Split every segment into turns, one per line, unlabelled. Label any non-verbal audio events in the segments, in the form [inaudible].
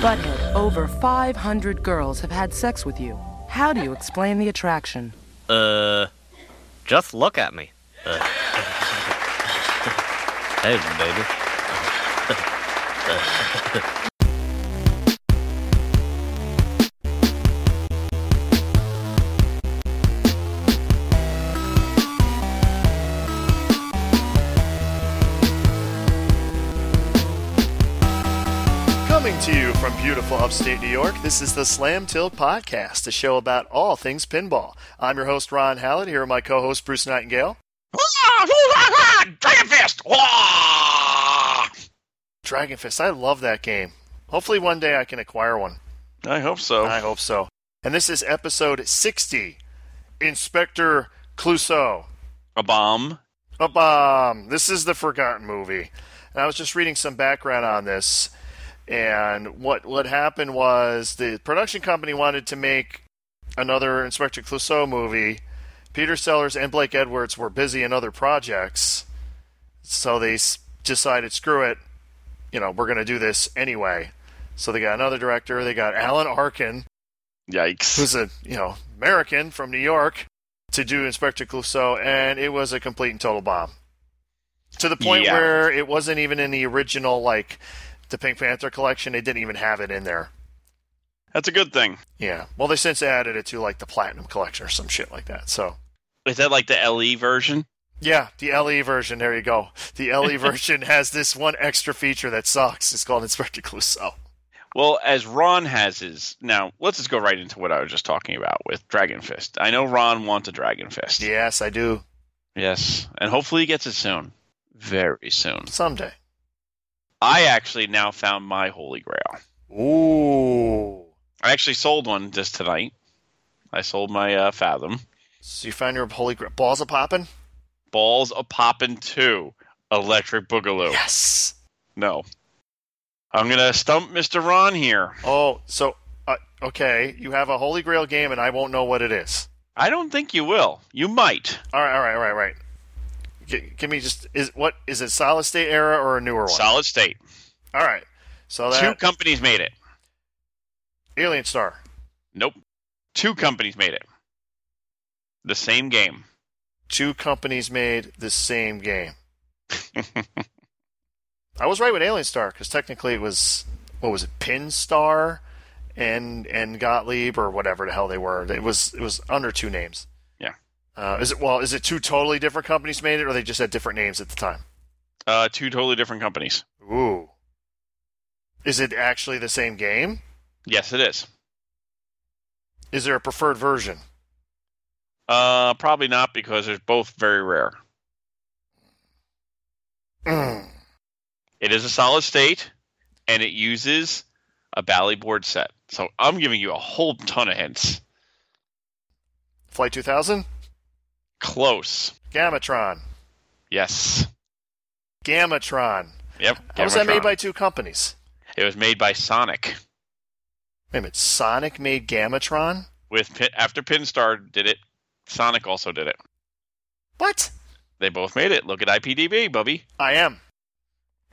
Butthead, over 500 girls have had sex with you. How do you explain the attraction?
Uh, just look at me. Uh. [laughs] hey, baby.
Coming to you from beautiful upstate New York, this is the Slam Tilt Podcast, a show about all things pinball. I'm your host, Ron Hallett, here with my co host, Bruce Nightingale.
Dragon Fist! Wah!
Dragon Fist, I love that game. Hopefully, one day I can acquire one.
I hope so.
I hope so. And this is episode 60 Inspector Clouseau.
A bomb.
A bomb. um, This is the Forgotten movie. And I was just reading some background on this, and what what happened was the production company wanted to make another Inspector Clouseau movie. Peter Sellers and Blake Edwards were busy in other projects, so they s- decided, screw it, you know, we're going to do this anyway. So they got another director. They got Alan Arkin,
Yikes.
who's a you know American from New York, to do Inspector Clouseau, and it was a complete and total bomb. To the point
Yeah.
where it wasn't even in the original like the Pink Panther collection. They didn't even have it in there.
That's a good thing.
Yeah. Well, they since added it to like the Platinum collection or some shit like that. So
Is that like the LE version?
yeah, the LE version. There you go. The LE version has this one extra feature that sucks. It's called Inspector Clouseau.
Well, as Ron has his. Now, let's just go right into what I was just talking about with Dragon Fist. I know Ron wants a Dragon Fist.
Yes, I do.
Yes. And hopefully he gets it soon. Very soon.
Someday.
I actually now found my holy grail.
Ooh.
I actually sold one just tonight. I sold my uh, Fathom.
So you found your holy grail. Balls a popping?
Balls a Poppin' 2 Electric Boogaloo.
Yes.
No. I'm going to stump Mr. Ron here.
Oh, so uh, okay, you have a Holy Grail game, and I won't know what it is.
I don't think you will. You might.
All right, all right, all right, all right. G- give me just is what is it solid state era or a newer one?
Solid state.
all right, so
Two
that
companies made it.
Alien Star.
Nope. Two companies made it. The same game.
Two companies made the same
[laughs]
game. I was right with Alien Star because technically it was what was it Pin Star and and Gottlieb or whatever the hell they were. It was it was under two names.
Yeah.
Uh, is it well? Is it two totally different companies made it, or they just had different names at the time?
Uh, two totally different companies.
Ooh. Is it actually the same game?
Yes, it is.
Is there a preferred version?
Uh, probably not because they're both very rare.
Mm.
It is a solid state, and it uses a Bally board set. So I'm giving you a whole ton of hints.
Flight 2000?
Close.
Gamatron.
Yes.
Gamatron.
Yep.
How was that made
Gamatron.
by two companies?
It was made by Sonic.
Wait a minute. Sonic made Gamatron?
With Pin- after Pinstar did it, Sonic also did it.
What?
They both made it. Look at IPDB, Bubby.
I am.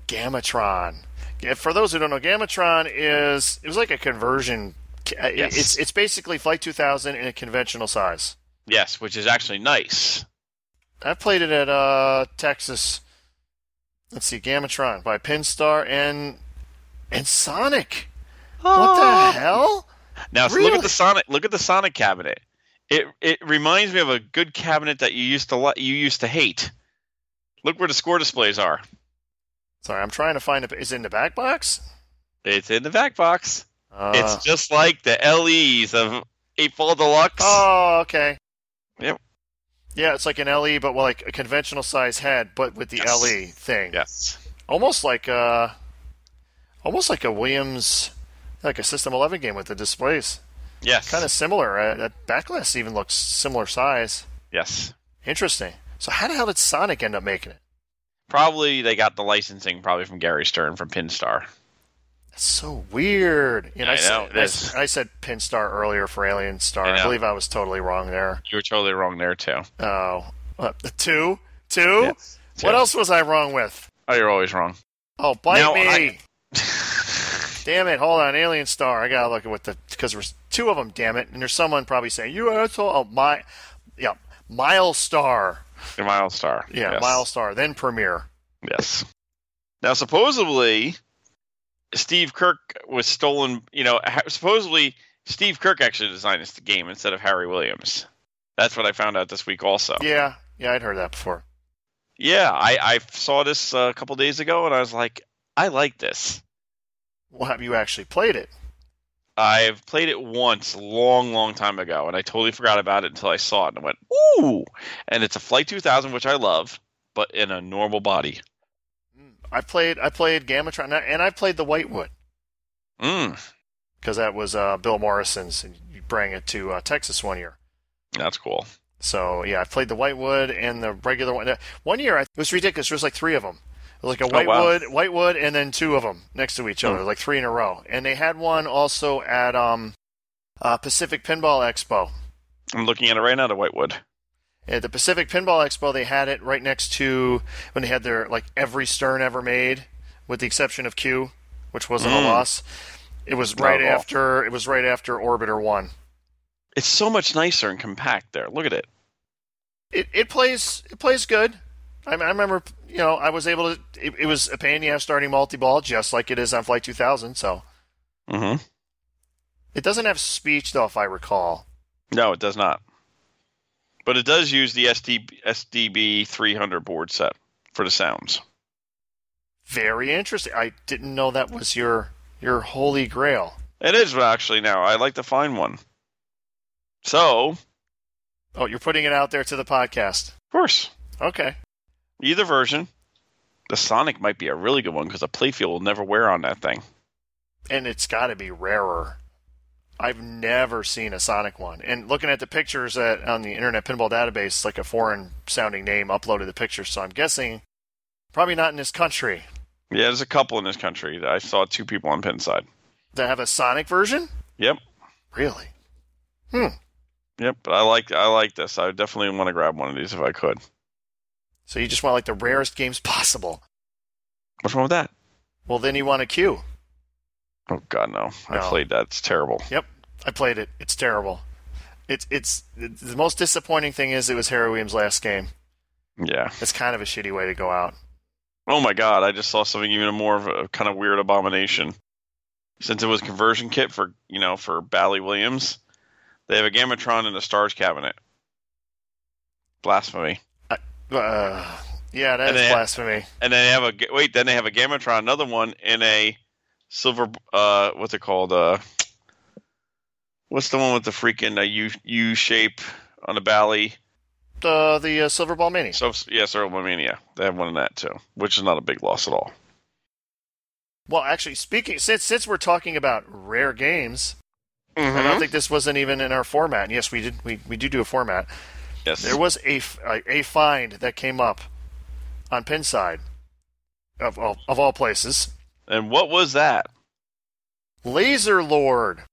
Gamatron. Yeah, For those who don't know, Gamatron is it was like a conversion. uh, it-
Yes.
It's it's basically Flight 2000 in a conventional size.
Yes, which is actually nice.
I played it at uh, Texas. Let's see, Gamatron by Pinstar and and Sonic. What the hell?
Now so look
Really?
at the Sonic. Look at the Sonic cabinet. It it reminds me of a good cabinet that you used to li- you used to hate. Look where the score displays are.
Sorry, I'm trying to find it. Is it in the back box?
It's in the back box.
Uh,
it's just like the LEs of Eight Ball Deluxe.
oh, okay.
Yep.
Yeah, it's like an LE, but well, like a conventional size head, but with the
Yes.
LE thing.
yes.
Almost like uh, almost like a Williams, like a System 11 game with the displays.
Yes.
Kind of similar. Uh, that backlist even looks similar size.
Yes.
Interesting. So how the hell did Sonic end up making it?
Probably they got the licensing probably from Gary Stern from Pinstar.
That's so weird. And
I
I,
know,
said,
it is.
I, said Pin Star earlier for Alien Star.
I
I,
know.
believe I was totally wrong there.
You were totally wrong there too.
Oh, uh, two, two.
Yes.
What
Two.
else was I wrong with? [laughs]
Oh, you're always wrong.
Oh, bite
Now,
me!
I-
Damn it! Hold on, Alien Star. I gotta look at what the because there's two of them. Damn it! And there's someone probably saying you asshole. Oh, my, yeah, Mile Star.
Mile Star.
Yeah,
yes.
Mile Star. Then Premiere.
Yes. Now, supposedly, Steve Kirk was stolen. You know, ha- supposedly Steve Kirk actually designed this game instead of Harry Williams. That's what I found out this week. Also,
Yeah, yeah, I'd heard that before.
Yeah, I, I saw this uh, a couple days ago, and I was like, I like this.
Well, have you actually played it?
I've played it once, long, long time ago, and I totally forgot about it until I saw it and I went, ooh! And it's a Flight 2000, which I love, but in a normal body.
I played. I played Gamatron, and I- and I played the Whitewood
Mm,
because that was uh, Bill Morrison's, and you bring it to uh, Texas one year.
that's cool.
So yeah, I played the Whitewood and the regular one. Uh, One year I- it was ridiculous. There was like three of them. It was like a
Oh, wow. Hmm.
Whitewood, Whitewood, and then two of them next to each other, like three in a row. And they had one also at um, uh, Pacific Pinball Expo.
I'm looking at it right now to Whitewood.
At the Pacific Pinball Expo, they had it right next to when they had their like every Stern ever made, with the exception of Q, which wasn't a
Mm.
loss. It was
Not
right
at all.
after. It was right after Orbiter One.
It's so much nicer and compact there. Look at it.
it, it plays it plays good. I, I remember, you know, I was able to. It, it was a pain in the ass starting multi ball, just like it is on Flight 2000. So
Mm-hmm.
it doesn't have speech though, if I recall.
No, it does not. But it does use the SD, SDB 300 board set for the sounds.
Very interesting. I didn't know that was your your holy grail.
It is actually now. I like to find one. So, of
Oh, you're putting it out there to the podcast.
course,
Okay.
either version. The Sonic might be a really good one because the playfield will never wear on that thing.
and it's got to be rarer. I've never seen a Sonic one. And looking at the pictures at, on the Internet Pinball Database, it's like a foreign sounding name uploaded the pictures. So I'm guessing probably not in this country.
Yeah, there's a couple in this country. I saw two people on Pinside.
They have a Sonic version?
Yep,
Really? Hmm.
yep. But I like I like this. I would definitely want to grab one of these if I could.
So you just want like the rarest games possible.
What's wrong with that?
Well, then you want a queue.
Oh God, no! I
No.
played that. It's terrible.
Yep, I played it. It's terrible. It's it's the most disappointing thing is it was Harry Williams' last game.
Yeah.
It's kind of a shitty way to go out.
Oh my God! I just saw something even more of a kind of weird abomination. Since it was a conversion kit for you know for Bally Williams, they have a Gamatron and a Stars cabinet. Blasphemy.
Uh, yeah, that
And
is
they-
blasphemy.
and then they have a ga- wait. Then they have a Gamatron, another one in a silver. Uh, what's it called? Uh, what's the one with the freaking uh, U U shape on the belly?
Uh, the uh, Silver Ball Mini.
So yes, Mania. They have one in that too, which is not a big loss at all.
Well, actually, speaking since since we're talking about rare games, I don't think this wasn't even in our format. And yes, we did we, we do do a format.
yes,
There was a f- a, a find that came up on Pinside of all, of all places.
and what was that?
Laser Lord.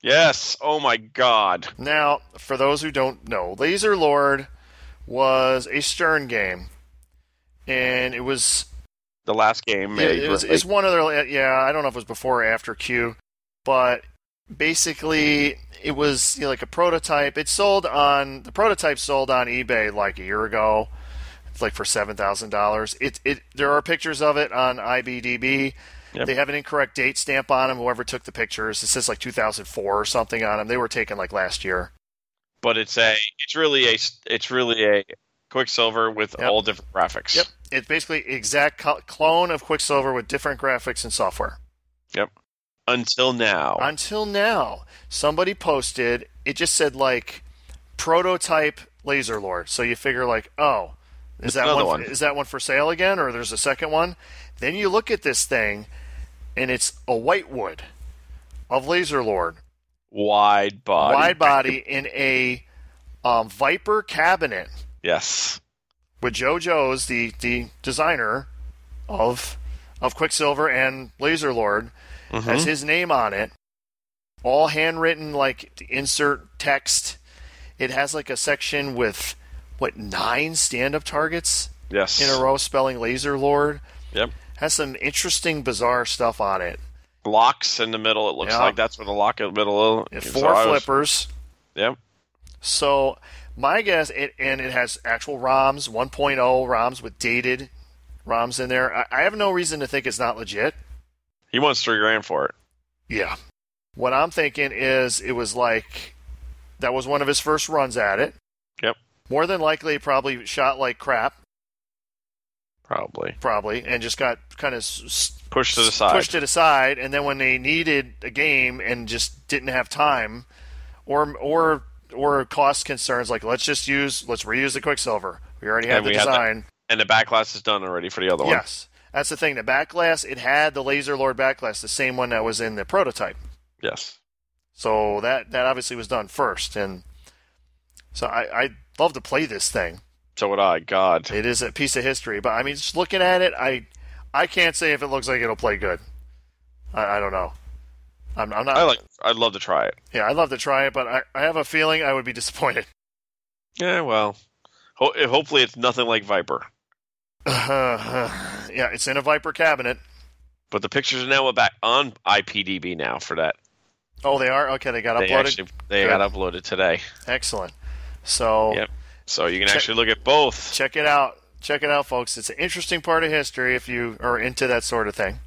Yes. Oh my God.
Now, for those who don't know, Laser Lord was a Stern game, and it was
The last game.
Yeah,
made
it was,
was
it's
like-
one other. uh, Yeah, I don't know if it was before or after Q, but basically it was you know, like a prototype. It sold on the prototype sold on eBay like a year ago. It's like for seven thousand dollars. It it there are pictures of it on IBDB.
Yep.
They have an incorrect date stamp on them. Whoever took the pictures, it says like 2004 or something on them. They were taken like last year.
but it's a. It's really a. It's really a Quicksilver with
Yep.
all different graphics.
Yep, it's basically exact co- clone of Quicksilver with different graphics and software.
Until now.
Until now, somebody posted it just said like prototype laser lord. So you figure like, oh, is
It's
that
another
one,
one.
is that one for sale again or there's a second one? Then you look at this thing and it's a whitewood of laser lord,
wide body.
wide body in a um, Viper cabinet
Yes.
with JoJo's the the designer of of Quicksilver and Laser Lord has his name on it, all handwritten like insert text. It has like a section with what nine stand up targets
Yes.
in a row spelling Laser Lord.
Yep.
Has some interesting bizarre stuff on it.
locks in the middle. It looks
Yeah.
like that's where the lock in the middle.
Yeah,
is. So
four
I was-
flippers.
Yep.
So my guess, it, and it has actual ROMs, 1.0 ROMs with dated ROMs in there. I, I have no reason to think it's not legit.
He wants three grand for it.
Yeah. What I'm thinking is it was like that was one of his first runs at it.
Yep.
More than likely, he probably shot like crap,
Probably
probably, and just got kind of s-
pushed to the
s-
side.
pushed it aside. And then when they needed a game and just didn't have time, or or or cost concerns, like let's just use let's reuse the Quicksilver. We already have
And
the
we had that
design.
and the back glass is done already for the other one.
Yes, that's the thing. The back glass it had the Laser Lord back glass, the same one that was in the prototype.
Yes.
So that that obviously was done first, and so I I love to play this thing.
So would I. God.
It is a piece of history, but I mean, just looking at it, I I can't say if it looks like it'll play good. I, I don't know. I'm, I'm not.
I like. I'd love to try it.
yeah, I'd love to try it, but I, I have a feeling I would be [laughs] disappointed.
Yeah. Well. Ho- eh, hopefully it's nothing like Viper.
yeah, it's in a Viper cabinet.
But the pictures are now back on IPDB now for that.
Oh, they are okay. They got
They
uploaded.
actually they
Good.
got uploaded today.
Excellent. So
Yep. So you can
Check-
actually look at both.
check it out. Check it out, folks. It's an interesting part of history if you are into that sort of thing.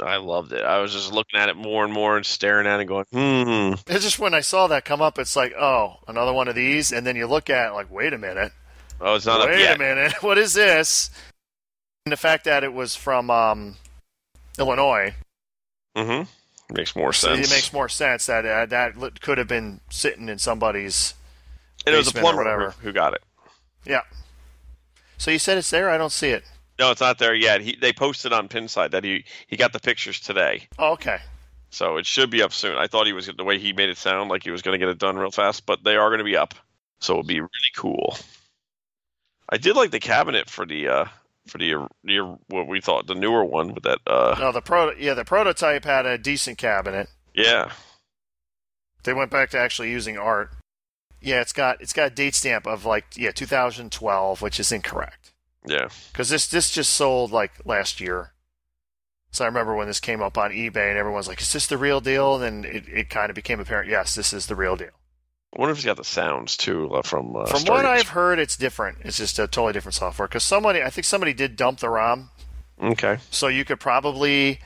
I loved it. I was just looking at it more and more and staring at it, going, "Hmm."
It's just when I saw that come up, it's like, oh, another one of these, and then you look at it like, wait a minute,
Oh, it's not up
wait
yet.
a minute, [laughs] what is this? And the fact that it was from um, Illinois,
Mm-hmm. Makes more
so
sense.
it makes more sense that uh, that li- could have been sitting in somebody's.
And it was a
basement or
plumber
whatever.
who- who got it.
Yeah. So you said it's there. I don't see it.
No, it's not there yet. He, they posted on Pinside that he, he got the pictures today,
Oh,
[laughs]
okay.
so it should be up soon. I thought he was the way he made it sound like he was going to get it done real fast, but they are going to be up, so it'll be really cool. I did like the cabinet for the uh, for the, the what we thought the newer one with that. Uh,
No, the pro. Yeah, the prototype had a decent cabinet.
yeah,
They went back to actually using art. Yeah, it's got it's got a date stamp of like yeah 2012, which is incorrect.
yeah.
because this this just sold like last year. So I remember when this came up on eBay, and everyone's like, "Is this the real deal?" And then it, it kind of became apparent, yes, this is the real deal.
I wonder if he's got the sounds too uh, from. Uh,
From
Star
what I've
Wars.
heard, it's different. It's just a totally different software. Because somebody, I think somebody did dump the ROM,
okay,
so you could probably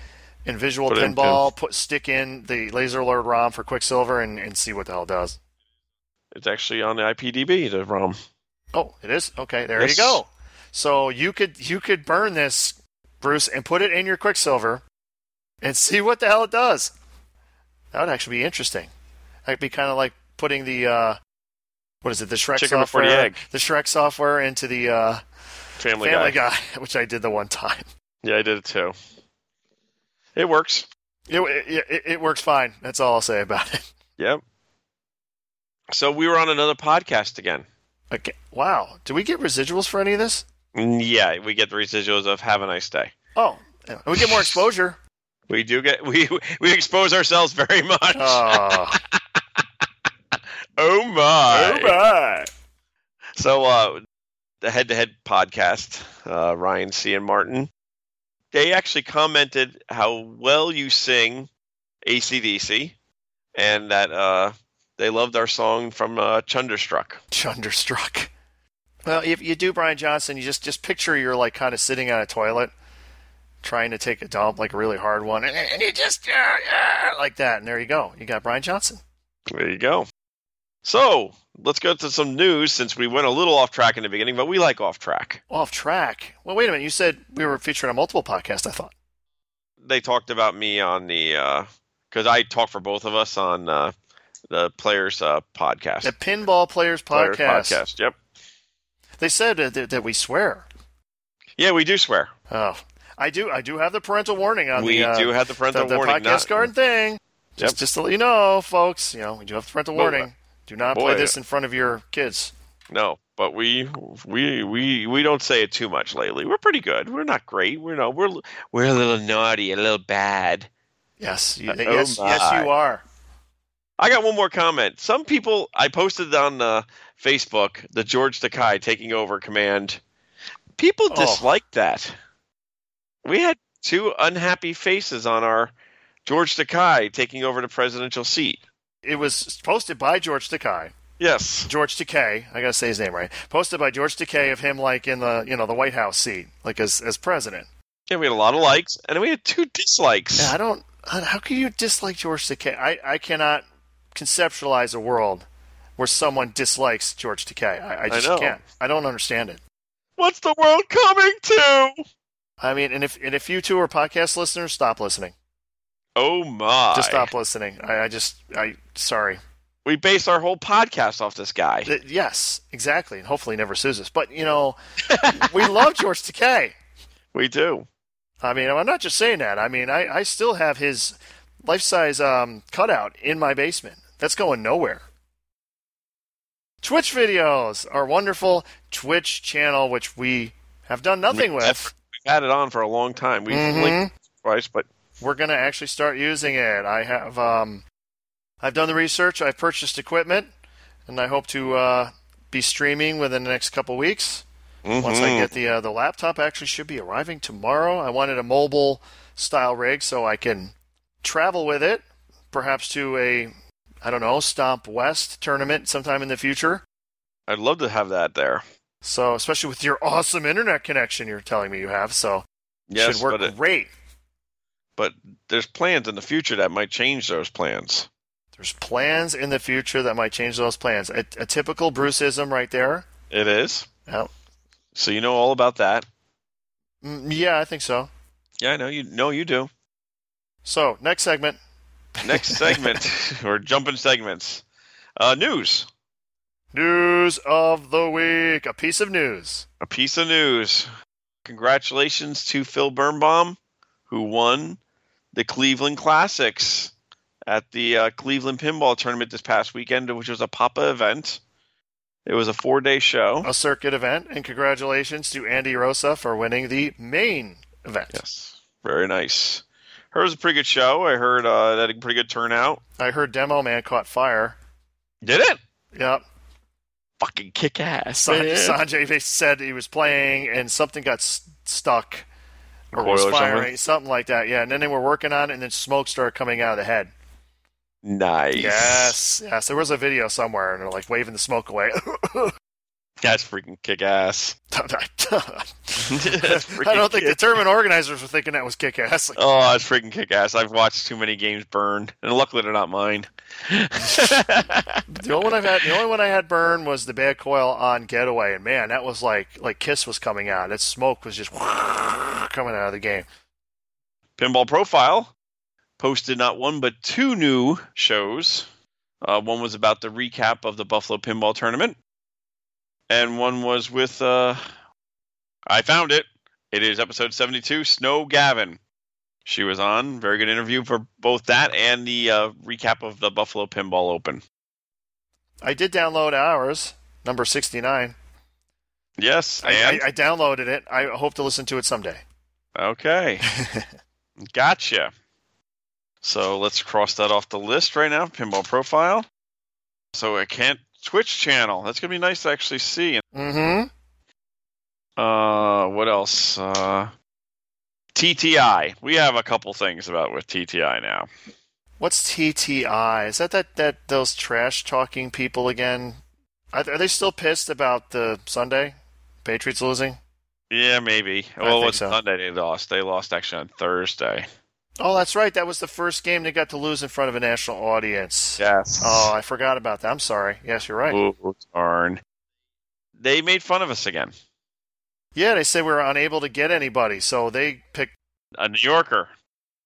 in Visual
Put it in
Pinball put stick in the Laser Lord ROM for Quicksilver and, and see what the hell it does.
it's actually on the IPDB the ROM.
Oh, it is okay. There
Yes.
you go. So you could you could burn this, Bruce, and put it in your Quicksilver, and [laughs] see what the hell it does. That would actually be interesting. That'd be kind of like putting the uh, what is it? The Shrek
Chicken before
software,
the egg.
the Shrek software into the uh,
Family,
Family
guy.
guy. [laughs] which I did the one time.
Yeah, I did it too. It works.
It, it, it, it works fine. That's all I'll say about it. [laughs]
Yep. So we were on another podcast again.
Okay. Wow. Do we get residuals for any of this?
Mm, Yeah, we get the residuals of "Have a nice day."
Oh, yeah. we get more exposure.
We do get we we expose ourselves very much.
Oh,
oh my!
oh my.
So uh, the head-to-head podcast, uh, Ryan C and Martin, they actually commented how well you sing ACDC, and that uh, they loved our song from uh, Chunderstruck.
Thunderstruck. Well, if you do Brian Johnson, you just just picture you're like kind of sitting on a toilet, trying to take a dump, like a really hard one, and, and you just uh, uh, like that, and there you go. You got Brian Johnson.
There you go. So let's go to some news since we went a little off track in the beginning, but we like off track.
Off track. Well, wait a minute. You said we were featured on multiple podcasts. I thought.
They talked about me on the because I talked for both of us on uh, the Players uh, podcast.
The Pinball Players
Players
podcast.
podcast. Yep.
They said that, that, that we swear.
Yeah, we do swear.
Oh, I do. I do have the parental warning on
we
the. uh,
do have the parental
the, the
warning.
podcast
not-
garden thing. Just
Yep.
just to let you know, folks. You know, we do have the parental
Well,
warning. Do not play
boy.
this in front of your kids.
No, but we we we we don't say it too much lately. We're pretty good. We're not great. We're no. We're we're a little naughty, a little bad.
Yes, you,
Oh
yes, yes, you
my.
are.
I got one more comment. Some people I posted on uh, Facebook the George Takai taking over command. People
Oh.
disliked that. We had two unhappy faces on our George Takei taking over the presidential seat.
It was posted by George Takei.
Yes.
George Takei, I gotta say his name right. Posted by George Takei of him like in the you know the White House seat, like as as president.
Yeah, we had a lot of likes, and then we had two dislikes.
Yeah, I don't. How can you dislike George Takei? I I cannot conceptualize a world where someone dislikes George Takei. I, I just
know.
can't. I don't understand it.
What's the world coming to?
I mean, and if and if you two are podcast listeners, stop listening.
Oh my!
Just stop listening. I, I just I sorry.
We based our whole podcast off this guy.
Th- yes, exactly, and hopefully he never sues us. But you know, we love George Takei.
We do.
I mean, I'm not just saying that. I mean, I, I still have his life size um, cutout in my basement. That's going nowhere. Twitch videos, our wonderful Twitch channel, which we have done nothing
We've
with.
had it on for a long time. We've
Mhm.
linked twice, but
We're going to actually start using it. I have, um, I've done the research. I've purchased equipment, and I hope to uh, be streaming within the next couple weeks. Once I
Mhm.
get the uh, the laptop, actually should be arriving tomorrow. I wanted a mobile style rig so I can travel with it, perhaps to a I don't know Stomp West tournament sometime in the future.
I'd love to have that there.
So especially with your [laughs] awesome internet connection you're telling me you have, so it
Yes,
should work
but, it-
great.
but there's plans in the future that might change those plans.
There's plans in the future that might change those plans. A, a typical Bruceism right there.
It is.
Oh,
So you know all about that.
mm, yeah, I think so.
Yeah, I know you know you do.
So next segment.
Next [laughs] segment, we're jumping segments. Uh, news.
News of the week. A piece of news.
A piece of news. Congratulations to Phil Birnbaum, who won the Cleveland Classics at the uh, Cleveland Pinball Tournament this past weekend, which was a Papa event. It was a four-day show.
a circuit event, and congratulations to Andy Rosa for winning the main event.
Yes, very nice. Heard it was a pretty good show. I heard uh, that had a pretty good turnout.
I heard Demo Man caught fire.
Did it?
Yep.
Fucking kick ass.
San- Sanjay they said he was playing and something got s- stuck or
Coil
was
or something?
firing, something. like that. Yeah, and then they were working on it, and then smoke started coming out of the head.
nice.
Yes, yes. There was a video somewhere, and they're like waving the smoke away. [laughs]
That's freaking kick ass.
[laughs] I don't think the tournament organizers were thinking that was kick ass.
Oh, that's freaking kick ass. I've watched too many games burn, and luckily they're not [laughs] mine.
The only one I've had, the only one I had burn was the bad coil on Getaway, and man, that was like like Kiss was coming out. That smoke was just [laughs] coming out of the game.
Pinball Profile posted not one but two new shows. Uh, one was about the recap of the Buffalo Pinball Tournament, and one was with uh, I found it. It is episode seventy-two. Snow Gavin. She was on. Very good interview for both that and the uh, recap of the Buffalo Pinball Open.
I did download ours, number sixty nine.
Yes,
I,
and
I, I downloaded it. I hope to listen to it someday. [laughs]
okay. Gotcha. So let's cross that off the list right now. Pinball profile. So I can't Twitch channel. That's gonna be nice to actually see.
mm-hmm.
Uh, what else? Uh, TTI. We have a couple things about with TTI now.
What's TTI? Is that, that that those trash talking people again? Are, are they still pissed about the Sunday Patriots losing?
Yeah, maybe.
I
well,
think
it's
so.
Sunday they lost. They lost actually on Thursday.
Oh, that's right. That was the first game they got to lose in front of a national audience.
Yes.
Oh, I forgot about that. I'm sorry. Yes, you're right.
Ooh, darn. They made fun of us again.
Yeah, they said we were unable to get anybody, so they picked.
A New Yorker,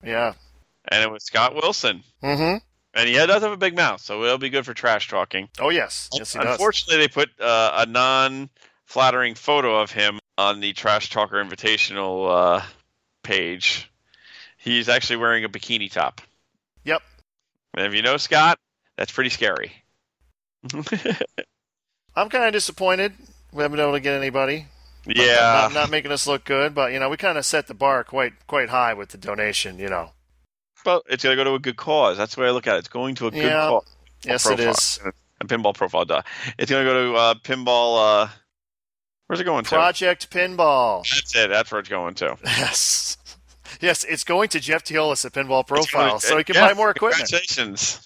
Yeah.
and it was Scott Wilson,
Mm-hmm.
and he does have a big mouth, so it'll be good for trash talking.
Oh yes, yes he does.
Unfortunately, they put uh, a non-flattering photo of him on the Trash Talker Invitational uh, page. He's actually wearing a bikini top.
Yep.
And if you know Scott, that's pretty scary. [laughs]
I'm kind of disappointed we haven't been able to get anybody.
yeah.
Not, not making us look good, but you know we kind of set the bar quite quite high with the donation. You know.
but it's going to go to a good cause. That's the way I look at it. It's going to a good
Yeah.
cause.
Yes,
profile.
it is.
A pinball profile, duh. It's going to go to uh, pinball. Uh, where's it going to?
Project Pinball. [laughs]
That's it. That's where it's going to.
Yes. Yes, it's going to Jeff Teolis at Pinball
It's gonna-
Profile, so he can
yeah,
buy more equipment.
Congratulations.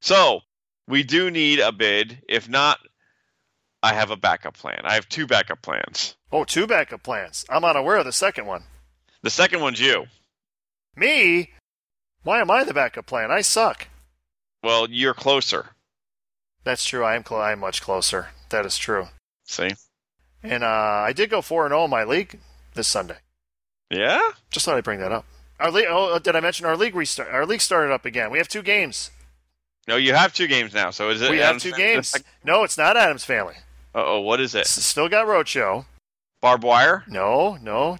So we do need a bid. If not, I have a backup plan. I have two backup plans.
Oh, two backup plans. I'm unaware of the second one.
The second one's you.
Me? Why am I the backup plan? I suck.
Well, you're closer.
That's true. I am. Cl- I am much closer. That is true.
See?
And uh, I did go four and zero in my league this Sunday.
Yeah.
Just thought I'd bring that up. Our league. Oh, did I mention our league restart? Our league started up again. We have two games.
No, you have two games now. So is it?
we have two games. No, it's not Adam's Family.
Oh, what is it?
S- still got Roadshow.
Barbed wire?
No, no,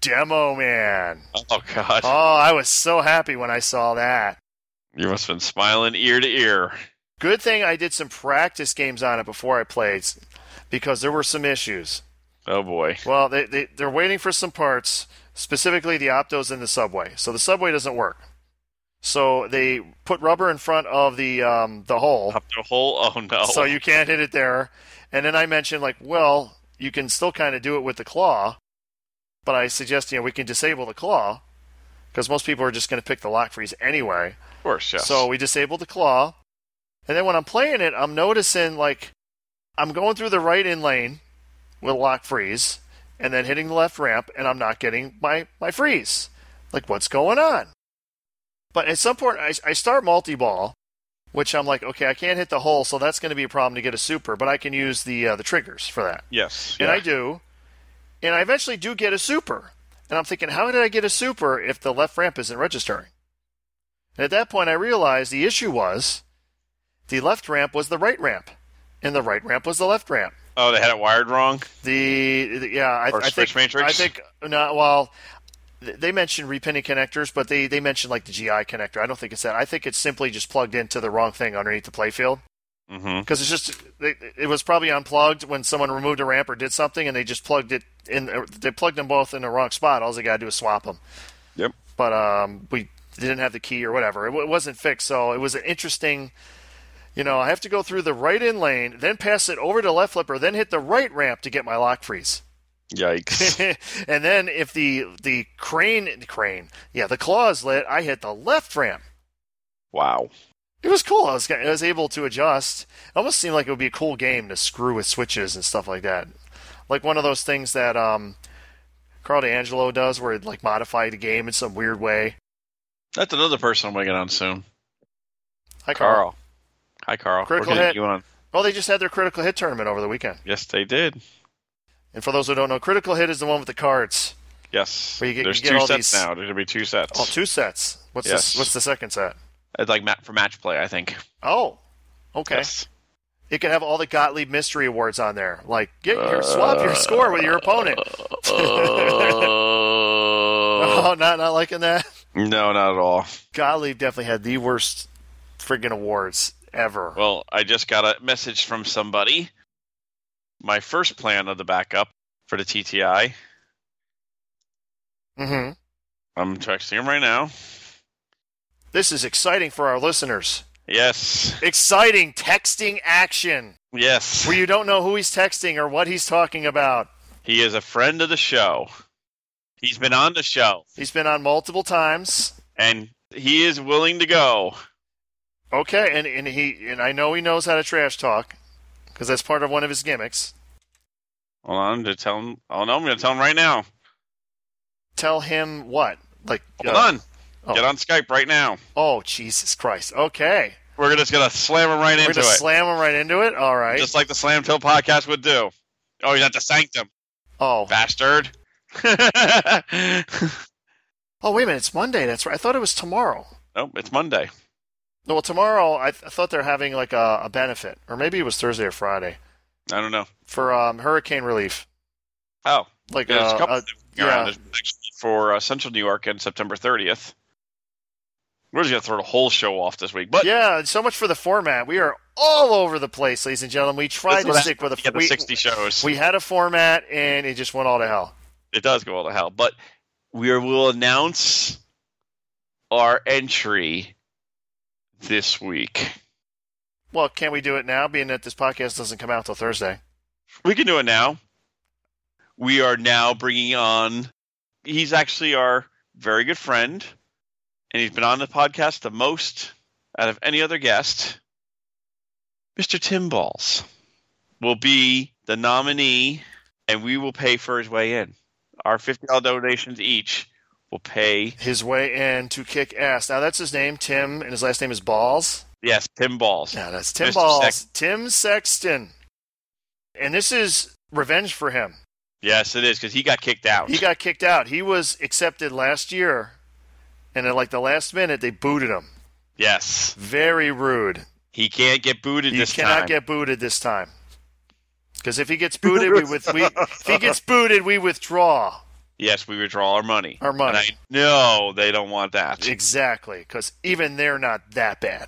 Demo Man.
Oh God!
Oh, I was so happy when I saw that.
You must have been smiling ear to ear.
Good thing I did some practice games on it before I played, because there were some issues.
Oh boy.
Well, they, they they're waiting for some parts, specifically the optos in the subway. So the subway doesn't work. So they put rubber in front of the um, the hole,
Up the hole. Oh no.
so you can't hit it there. And then I mentioned like, well, you can still kind of do it with the claw, but I suggest you know we can disable the claw because most people are just going to pick the lock freeze anyway.
Of course, yes.
So we disabled the claw. And then when I'm playing it, I'm noticing like I'm going through the right in lane with lock freeze and then hitting the left ramp and I'm not getting my, my freeze. Like what's going on? But at some point I, I start multi ball, which I'm like, okay, I can't hit the hole, so that's going to be a problem to get a super, but I can use the uh, the triggers for that.
yes.
And
yeah.
I do. And I eventually do get a super. And I'm thinking, how did I get a super if the left ramp isn't registering? And at that point, I realized the issue was the left ramp was the right ramp, and the right ramp was the left ramp.
Oh, they had it wired wrong.
The, the- yeah, I,
Or
I
switch
think
matrix?
I think no, well, th- they mentioned repinning connectors, but they they mentioned like the GI connector. I don't think it's that. I think it's simply just plugged into the wrong thing underneath the playfield
Mm-hmm.
because it's just it, it was probably unplugged when someone removed a ramp or did something, and they just plugged it in. or They plugged them both in the wrong spot. All they got to do is swap them.
Yep.
But um, we didn't have the key or whatever. It, w- it wasn't fixed, so it was an interesting. You know, I have to go through the right in lane, then pass it over to left flipper, then hit the right ramp to get my lock freeze. [laughs]
Yikes.
and then if the the crane the crane yeah the claw is lit, I hit the left ramp.
wow.
It was cool. I was I was able to adjust. It almost seemed like it would be a cool game to screw with switches and stuff like that. Like one of those things that um, Carl D'Angelo does, where he'd like modify the game in some weird way.
That's another person I'm going to get on soon.
Hi,
Carl. Hi, Carl.
Critical
We're getting
hit.
you on.
Well, they just had their Critical Hit tournament over the weekend.
Yes, they did.
And for those who don't know, Critical Hit is the one with the cards.
Yes.
Well, you get-
There's
you get
two
all
sets
these-
now. There's going to be two sets.
Oh, two sets. What's
Yes.
this? What's the second set?
It's like ma- for match play, I think.
Oh, okay.
Yes.
It could have all the Gottlieb Mystery Awards on there. Like get your swap your score with your opponent.
Uh,
[laughs] oh, not not liking that.
no, not at all.
Gottlieb definitely had the worst friggin' awards ever.
Well, I just got a message from somebody. My first plan of the backup for the TTI.
hmm
I'm texting him right now.
This is exciting for our listeners.
Yes.
Exciting texting action
Yes.
where you don't know who he's texting or what he's talking about.
He is a friend of the show. He's been on the show
He's been on multiple times.
and he is willing to go.
Okay, and, and he and I know he knows how to trash talk because that's part of one of his gimmicks.
Hold on, to tell him. Oh no, I'm going to tell him right now.
Tell him what? Like
Hold
uh,
on.
oh.
Get on Skype right now.
Oh Jesus Christ. Okay.
We're just going to slam him right
We're
into
gonna
it.
slam him right into it. All right.
Just like the Slam Till podcast would do. Oh, he's at the Sanctum.
oh.
Bastard. [laughs] nope,
Oh wait a minute, it's Monday, that's right. I thought it was tomorrow.
it's Monday.
No, well, tomorrow I, th- I thought they're having like a, a benefit, or maybe it was Thursday or Friday
I don't know.
for um, hurricane relief.
Oh,
Like
there's
uh,
a couple
uh,
of them around.
yeah.
There's one actually for uh, Central New York and September 30th. We're just going to throw the whole show off this week. But
yeah, so much for the format. We are all over the place, ladies and gentlemen. We
this
tried
is
to
what
stick with
happens when
a
you get the 60 shows.
we had a format and it just went all to hell.
it does go all to hell. But we will announce our entry this week.
Well, can we do it now? Being that this podcast doesn't come out till Thursday.
We can do it now. We are now bringing on he's actually our very good friend, and he's been on the podcast the most out of any other guest. Mr. Tim Balls will be the nominee, and we will pay for his way in. Our fifty dollars donations each will pay.
His way in to kick ass. Now that's his name, Tim, and his last name is Balls.
Yes, Tim Balls.
Yeah, that's Tim
Mr.
Balls.
Sex-
Tim Sexton. And this is revenge for him.
Yes, it is because he got kicked out.
He got kicked out. He was accepted last year, and at like the last minute, they booted him.
yes,
Very rude.
he can't get booted
You
this
cannot
time.
get booted this time. Because if he gets booted, we with we if he gets booted, we withdraw.
yes, we withdraw our money.
Our money.
And I know they don't want that.
Exactly. Because even they're not that bad.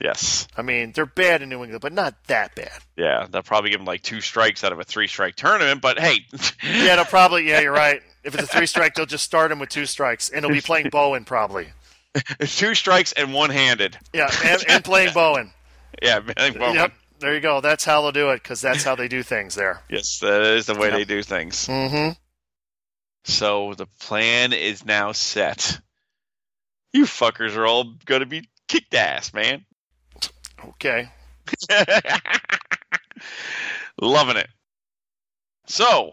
yes.
I mean, they're bad in New England, but not that bad.
Yeah, they'll probably give him like two strikes out of a three-strike tournament. But hey,
Yeah, they'll probably. Yeah, you're right. If it's a three strike, they'll just start him with two strikes, and he'll be playing Bowen probably.
[laughs] two strikes and one-handed.
Yeah, and, and playing Bowen.
Yeah, [laughs] man, well,
Yep. There you go. That's how they'll do it because that's how they do things there.
yes, that is the way they do things.
Mm-hmm.
So the plan is now set. You fuckers are all gonna be kicked ass, man.
Okay.
[laughs] Loving it. So,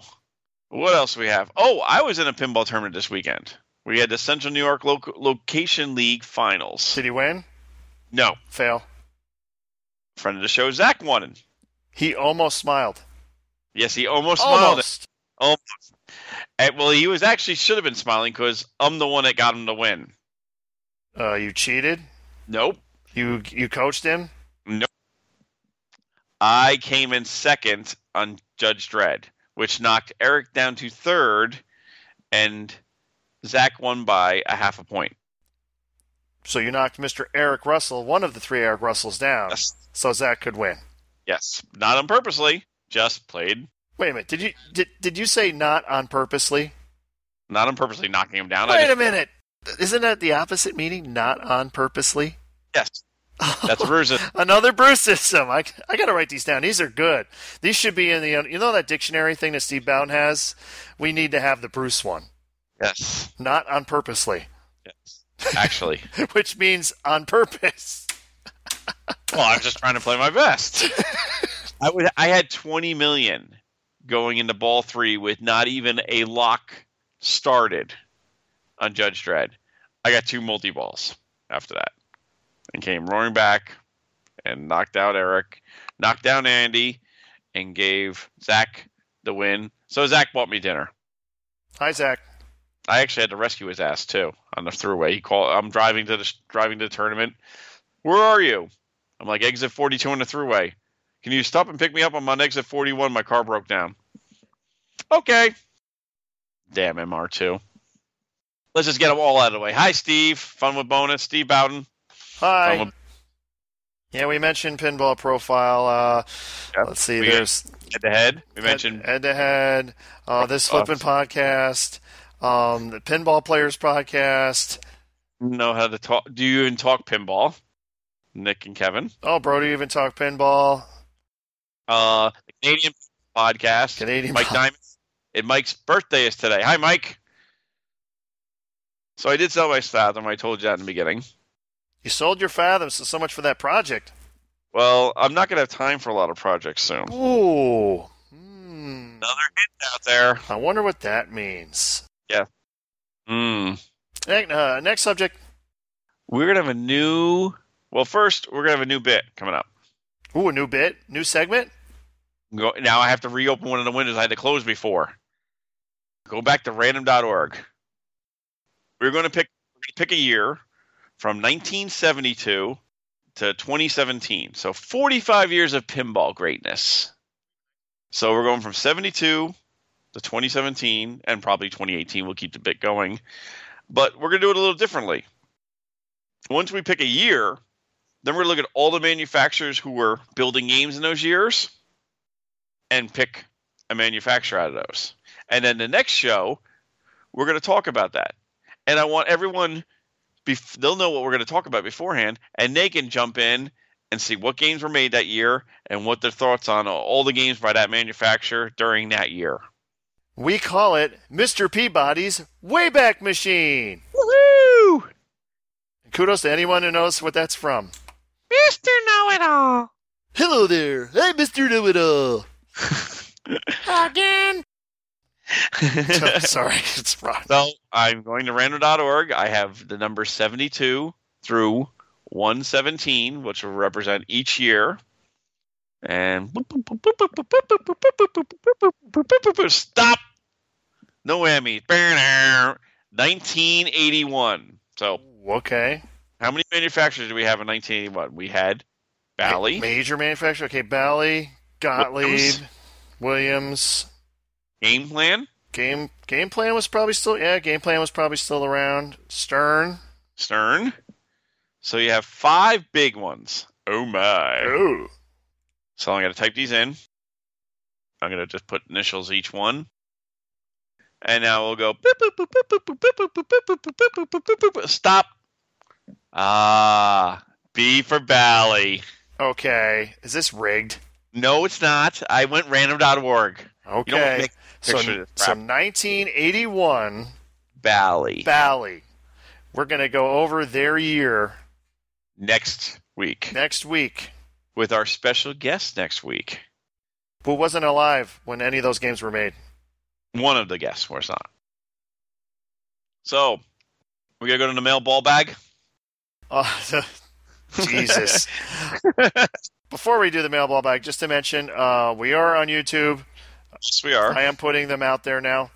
what else we have? Oh, I was in a pinball tournament this weekend. We had the Central New York Loc- Location League Finals.
Did he win?
No,
Fail.
friend of the show, Zach won.
He almost smiled.
Yes, he almost smiled.
Almost.
And, well, he was actually should have been smiling because I'm the one that got him to win.
Uh, you cheated.
Nope.
You you coached him.
I came in second on Judge Dredd, which knocked Eric down to third, and Zach won by a half a point.
So you knocked Mr. Eric Russell, one of the three Eric Russells, down.
Yes,
So Zach could win.
yes. not on purposely, just played.
Wait a minute. Did you did, did you say not on purposely?
Not on purposely knocking him down. I
Wait a
just-
minute. Isn't that the opposite meaning? Not on purposely. [laughs]
Yes, that's Bruce's.
Another Bruce system. I, I got to write these down. These are good. These should be in the you know that dictionary thing that Steve Bowden has. We need to have the Bruce one,
Yes,
not on purposely, [laughs]
yes. Actually,
which means on purpose.
well, I'm just trying to play my best. I would. I had 20 million going into ball three with not even a lock started on Judge Dredd. I got two multi balls after that, and came roaring back and knocked out Eric, knocked down Andy, and gave Zach the win. So Zach bought me dinner.
Hi Zach.
I actually had to rescue his ass too on the throughway. He called. I'm driving to the driving to the tournament. Where are you? I'm like exit 42 on the throughway. Can you stop and pick me up? I'm on exit 41. My car broke down. Okay. Damn MR2. Let's just get them all out of the way. Hi Steve. Fun with bonus. Steve Bowden.
Hi.
Fun with-
Yeah, we mentioned pinball profile. Uh,
Yep.
Let's see.
We
There's
head to head. We mentioned
head to head. Uh, this flipping podcast, um, the pinball players podcast.
know how to talk. Do you even talk pinball? Nick and Kevin.
Oh, Brody even talk pinball.
Uh, the Canadian podcast.
Canadian
Mike
pod-
Diamond. And Mike's birthday is today. Hi, Mike. So I did sell my Statham. I told you that in the beginning.
You sold your fathoms. So so much for that project.
Well, I'm not going to have time for a lot of projects soon.
Ooh. Hmm.
Another hint out there.
I wonder what that means.
Mm.
Ne- uh, next subject.
We're going to have a new. Well, first, we're going to have a new bit coming up.
Ooh, a new bit, new segment.
Go, now I have to reopen one of the windows I had to close before. Go back to random.org. We're going to pick pick a year from 1972 to 2017. So 45 years of pinball greatness. So we're going from 72 to 2017 and probably 2018 we'll keep the bit going. But we're going to do it a little differently. Once we pick a year, then we're going to look at all the manufacturers who were building games in those years and pick a manufacturer out of those. And then the next show, we're going to talk about that. And I want everyone, bef- they'll know what we're going to talk about beforehand, and they can jump in and see what games were made that year and what their thoughts on all the games by that manufacturer during that year.
We call it Mr. Peabody's Wayback Machine.
Woo!
Kudos to anyone who knows what that's from.
Mr. Know It All.
Hello there. Hey, Mr. Know It All. Again. [laughs] Sorry, it's wrong.
so I'm going to random.org. I have the number 72 through 117, which will represent each year. And stop. No whammy. 1981. So
Oh, Okay.
how many manufacturers do we have in 1981? We had Bally,
Major manufacturer. Okay, Bally, Gottlieb,
Williams.
Williams.
Game Plan,
Game Game Plan was probably still yeah. Game Plan was probably still around. Stern.
Stern. So you have five big ones. Oh my.
Oh.
So I'm going to type these in. I'm going to just put initials each one. And now we'll go boop, boop, boop, boop, boop, boop, boop, boop, boop, boop, boop, boop, boop, boop, boop, boop. stop. Ah, B for Bally.
Okay. Is this rigged?
No, it's not. I went random.org. You don't
Okay.
make
So, so
picture of this crap.
1981
Bally.
Bally. We're gonna go over their year
Next week
next week.
with our special guest next week.
Who wasn't alive when any of those games were made?
One of the guests was not. So we're going to go to the mail
[laughs]
ball bag.
Oh, [laughs] Jesus. Before we do the mail ball bag, just to mention, uh, we are on YouTube.
Yes, we are.
I am putting them out there now.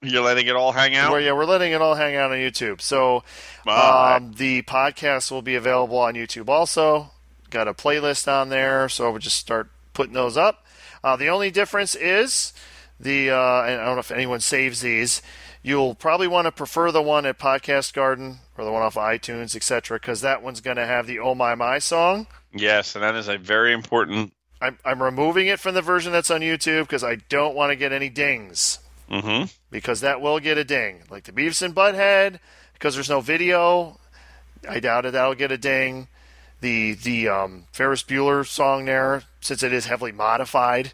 You're letting it all hang out?
We're, yeah, we're letting it all hang out on YouTube. So
Bye.
um, the podcast will be available on YouTube also. Got a playlist on there, so we'll just start putting those up. Uh, the only difference is the, uh, and I don't know if anyone saves these. You'll probably want to prefer the one at Podcast Garden or the one off of iTunes, etc., because that one's going to have the "Oh My My" song.
Yes, and that is a very important.
I'm, I'm removing it from the version that's on YouTube because I don't want to get any dings
hmm
because that will get a ding. Like the Beavis and Butthead, because there's no video, I doubt it. That'll get a ding. The the um, Ferris Bueller song there, since it is heavily modified,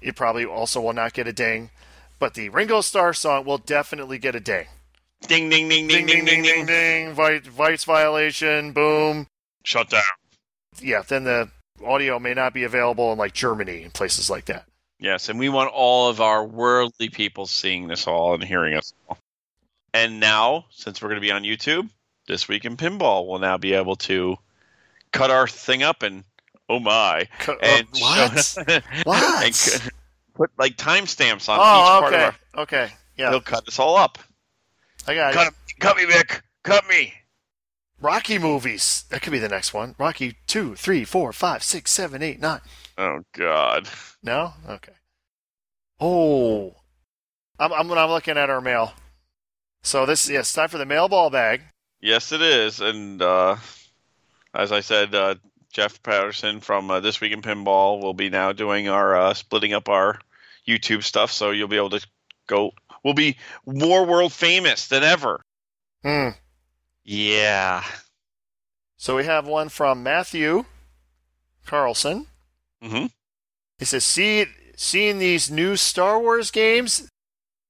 it probably also will not get a ding. But the Ringo Starr song will definitely get a ding.
Ding, ding, ding,
Ding ding ding ding ding. Vi- Vice violation. Boom.
Shut down.
Yeah. Then the audio may not be available in like Germany and places like that.
Yes, and we want all of our worldly people seeing this all and hearing us all. And now, since we're going to be on YouTube, This Week in Pinball, we'll now be able to cut our thing up and, oh my.
Co- uh,
And
what?
show-
What?
[laughs] and c- put like timestamps on each
oh,
part
okay.
of our.
okay. Yeah.
They'll cut this all up.
I got it.
Cut, 'em. cut me, Vic. Cut me.
Rocky movies. That could be the next one. Rocky two, three, four, five, six, seven, eight, nine.
Oh, God.
No? Okay. Oh. I'm, I'm, I'm looking at our mail. So this, yes, time for the mail ball bag.
Yes, it is. And uh, as I said, uh, Jeff Patterson from uh, This Week in Pinball will be now doing our uh, splitting up our YouTube stuff. So you'll be able to go. We'll be more world famous than ever.
Hmm.
Yeah.
So we have one from Matthew Carlson.
hmm
He says, "See, seeing these new Star Wars games,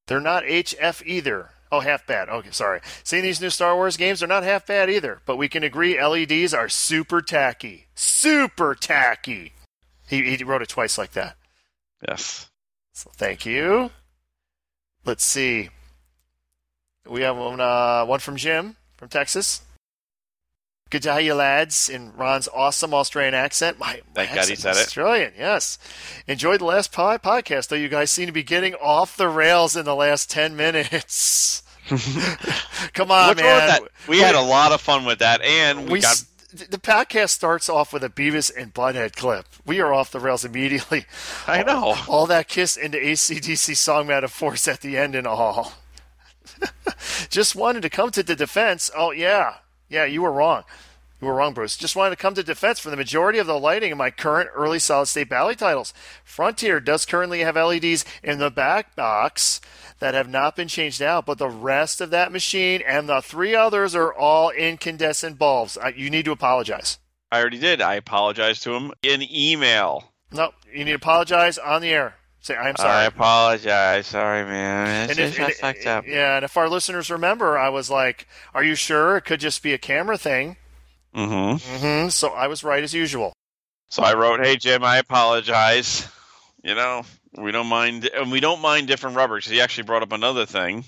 they're not HF either. Oh, half bad. Okay, sorry. Seeing these new Star Wars games, they're not half bad either. But we can agree LEDs are super tacky, super tacky." He, he wrote it twice like that.
Yes.
So thank you. Let's see. We have one, uh, one from Jim from Texas. Good to have you lads in Ron's awesome Australian accent. My, my
Thank God he
accent's
said it.
Australian, yes. Enjoyed the last pod- podcast, though you guys seem to be getting off the rails in the last 10
[laughs]
minutes. Come on,
What's
Ah, man.
wrong with that? We had a lot of fun with that, and we,
We
got
s- th- the podcast starts off with a Beavis and Butthead clip. We are off the rails immediately.
I know.
All that kiss into ACDC song metaphors at the end and all. [laughs] Just wanted to come to the defense. Oh, yeah. Yeah, you were wrong. You were wrong, Bruce. Just wanted to come to defense for the majority of the lighting in my current early solid state Bally titles. Frontier does currently have LEDs in the back box that have not been changed out, but the rest of that machine and the three others are all incandescent bulbs. Uh, you need to apologize.
I already did. I apologized to him in email.
No, you need to apologize on the air. Say, I'm
I
sorry.
apologize. Sorry, man. It's
And if-
just
and-
fucked up.
Yeah, and if our listeners remember, I was like, "Are you sure it could just be a camera thing?"
Mm-hmm.
hmm So I was right as usual.
So I wrote, "Hey Jim, I apologize. You know, we don't mind, and we don't mind different rubbers." He actually brought up another thing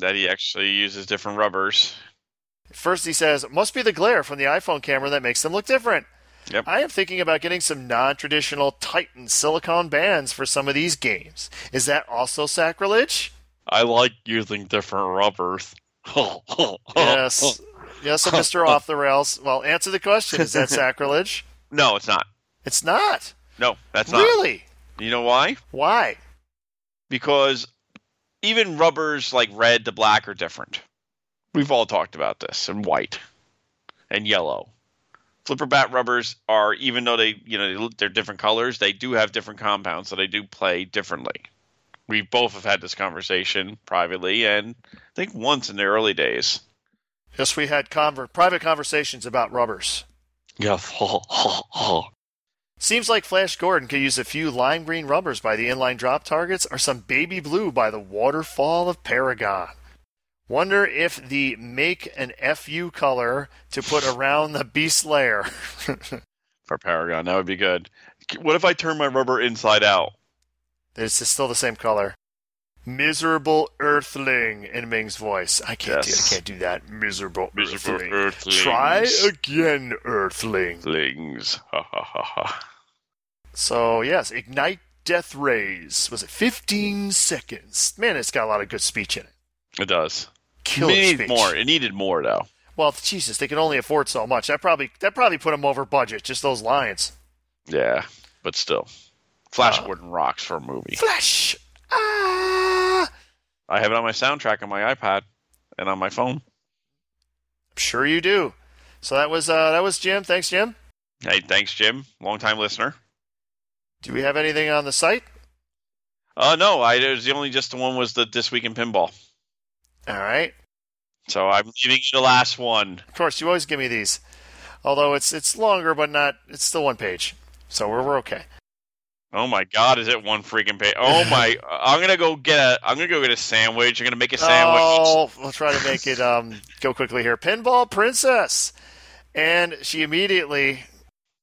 that he actually uses different rubbers.
First, he says, "Must be the glare from the iPhone camera that makes them look different."
Yep.
I am thinking about getting some non-traditional Titan silicone bands for some of these games. Is that also
[laughs]
sacrilege?
I like using different rubbers. [laughs] Oh.
yes. Yes, so Mr. Off the Rails. Well, answer the question. Is
[laughs]
that sacrilege?
No, it's not.
It's not.
No, that's not.
Really?
You know why?
Why?
because even rubbers like red to black are different. We've all talked about this, and white and yellow. Flipper bat rubbers are, even though they, you know, they're different colors, they do have different compounds, so they do play differently. We both have had this conversation privately, and I think once in the early days.
Yes, we had conver- private conversations about rubbers.
[laughs] Yes.
Seems like Flash Gordon could use a few lime green rubbers by the inline drop targets or some baby blue by the waterfall of Paragon. Wonder if the make an FU color to put around the beast lair.
For Paragon, that would be good. What if I turn my rubber inside out?
[laughs] it's still the same color. Miserable Earthling in Ming's voice. I can't,
Yes.
do, I can't do that. Miserable,
Miserable
Earthling.
Earthlings.
Try again, Earthling.
Things. Ha ha ha ha.
So yes, ignite death rays. Was it 15 seconds? Man, it's got a lot of good speech in it.
[laughs] It does.
Killer
it needed
speech.
more. It needed more though.
Well, Jesus, they can only afford so much. That probably that probably put them over budget. Just those lines.
Yeah, but still, Flash
Uh,
Gordon rocks for a movie.
Flash. Ah. I'm
I have it on my soundtrack on my iPad and on my phone.
sure you do. So that was uh, that was Jim. Thanks, Jim.
Hey, thanks, Jim, longtime listener.
Do we have anything on the site?
Uh no, I it was the only just the one was the this week in pinball.
All right.
So I'm leaving you the last one.
Of course, you always give me these. Although it's it's longer, but not it's still one page. So we're we're okay.
Oh my God, is it one freaking page? Oh
[laughs]
my! I'm gonna go get a. I'm gonna go get a sandwich. I'm gonna make a sandwich.
Oh, we'll try to make it um, go quickly here. Pinball Princess. And she immediately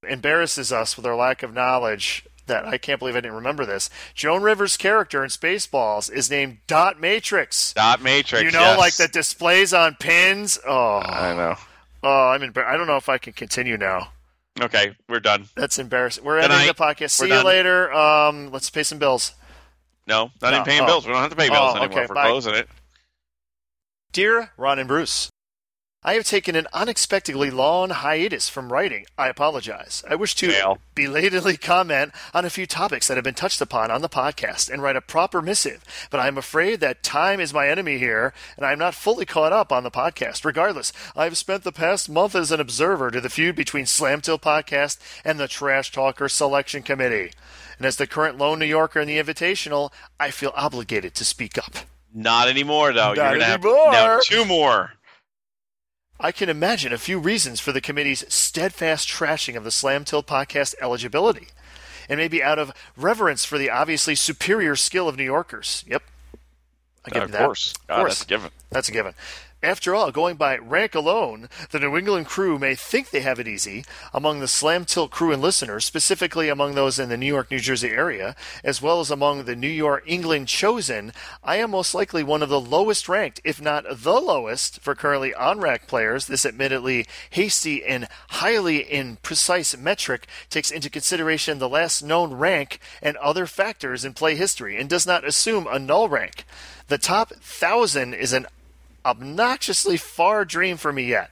embarrasses us with her lack of knowledge that I can't believe I didn't remember this. Joan Rivers' character in Spaceballs is named Dot Matrix.
Dot matrix.
you know,
yes. Uh,
like the displays on pins. Oh,
I know.
oh, I'm embar- I don't know if I can continue now.
Okay, we're done.
That's embarrassing. We're
Good
ending
night.
the podcast. See
We're
you
done.
later. Um, let's pay some bills.
No,
No,
not even paying
oh.
bills. We don't have to pay bills
Oh,
anymore.
okay,
We're
bye.
closing it.
Dear Ron and Bruce, I have taken an unexpectedly long hiatus from writing. I apologize. I wish to
Fail.
belatedly comment on a few topics that have been touched upon on the podcast and write a proper missive, but I am afraid that time is my enemy here, and I am not fully caught up on the podcast. Regardless, I have spent the past month as an observer to the feud between Slamtill Podcast and the Trash Talker Selection Committee. And as the current lone New Yorker in the Invitational, I feel obligated to speak up.
Not anymore, though.
Not
You're gonna
anymore.
Have, no, two more.
I can imagine a few reasons for the committee's steadfast trashing of the Slam Till podcast eligibility, and maybe out of reverence for the obviously superior skill of New Yorkers. Yep. I give
Uh, of
you that.
course.
Of
God, that's a given.
That's a given. After all, going by rank alone, the New England crew may think they have it easy among the Slam Tilt crew and listeners, specifically among those in the New York, New Jersey area, as well as among the New York, England chosen. I am most likely one of the lowest ranked, if not the lowest, for currently on rack players. This admittedly hasty and highly imprecise metric takes into consideration the last known rank and other factors in play history and does not assume a null rank. The top thousand is an obnoxiously far dream for me yet.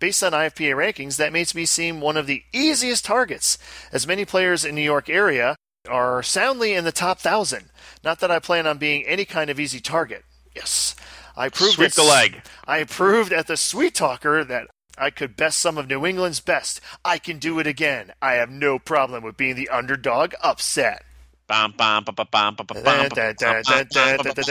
Based on IFPA rankings, that makes me seem one of the easiest targets, as many players in New York area are soundly in the top thousand. Not that I plan on being any kind of easy target. Yes, I proved
Sweep
at-
the leg.
I proved at the Sweet Talker that I could best some of New England's best. I can do it again. I have no problem with being the underdog upset.
[laughs]
[laughs]
Bam, bam, ba, ba, bam, ba, ba, bam, ba, ba, bam, ba, bam, ba, ba, ba,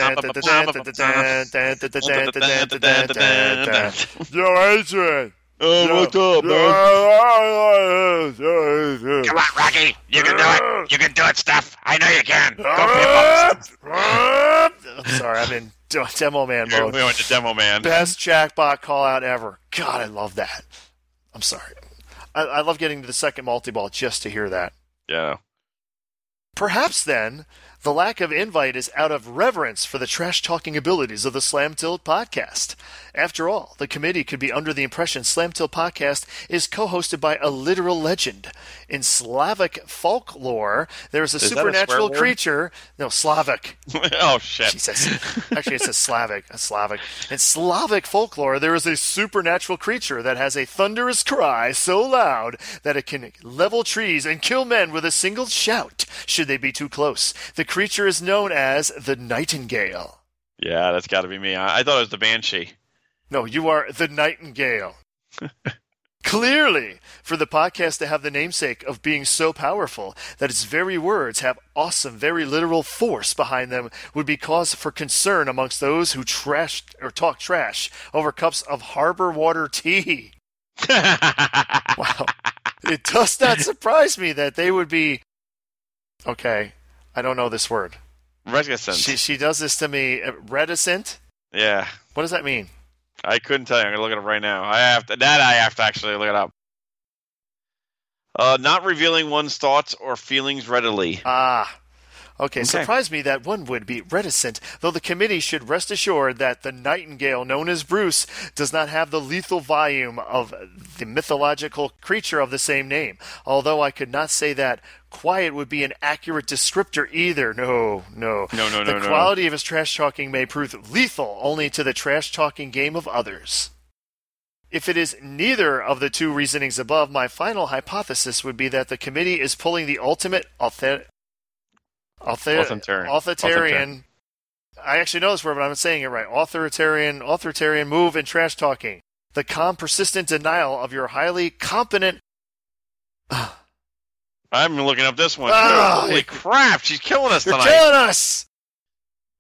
bam, ba, ba, bam.
Yo, Adrian,
Oh, what's up, man?
Come on, Rocky. You can do it. You can do it, Steph. I know you can. Go people.
[laughs] I'm sorry, I'm in de- demo man
We
mode.
went to demo man.
Best Jackbot call out ever. God, I love that. I'm sorry. I, I love getting to the second multi ball just to hear that.
Yeah. [laughs]
Perhaps then, the lack of invite is out of reverence for the trash talking abilities of the Slam Tilt podcast. After all, the committee could be under the impression Slam Tilt podcast is co hosted by a literal legend. In Slavic folklore, there is a
that a swear
supernatural
word?
creature. No, Slavic.
oh shit.
Jesus. Actually, it's a Slavic. A Slavic. In Slavic folklore, there is a supernatural creature that has a thunderous cry so loud that it can level trees and kill men with a single shout should they be too close. The creature is known as the Nightingale.
Yeah, that's got to be me. I, I thought it was the banshee. [laughs]
No, you are the Nightingale. Clearly, for the podcast to have the namesake of being so powerful that its very words have awesome, very literal force behind them would be cause for concern amongst those who trash or talk trash over cups of harbor water tea. [laughs] Wow. it does not surprise me that they would be. Okay, I don't know this word.
Reticence.
She, she does this to me. uh, Reticent?
yeah,
What does that mean?
I couldn't tell you. I'm gonna look it up right now. I have to. That I have to actually look it up. Uh, not revealing one's thoughts or feelings readily.
Ah. Okay,
Okay.
surprised me that one would be reticent, though the committee should rest assured that the nightingale known as Bruce does not have the lethal volume of the mythological creature of the same name. Although I could not say that quiet would be an accurate descriptor either. No, no.
No, no,
The
no, no.
quality of his trash talking may prove lethal only to the trash talking game of others. If it is neither of the two reasonings above, my final hypothesis would be that the committee is pulling the ultimate author- author-
Authoritarian.
authoritarian. I actually know this word, but I'm not saying it right. Authoritarian, authoritarian move in trash talking. The calm, persistent denial of your highly competent.
I'm looking up this one.
Ah,
Holy
you-
crap! She's killing us
You're
tonight.
killing us.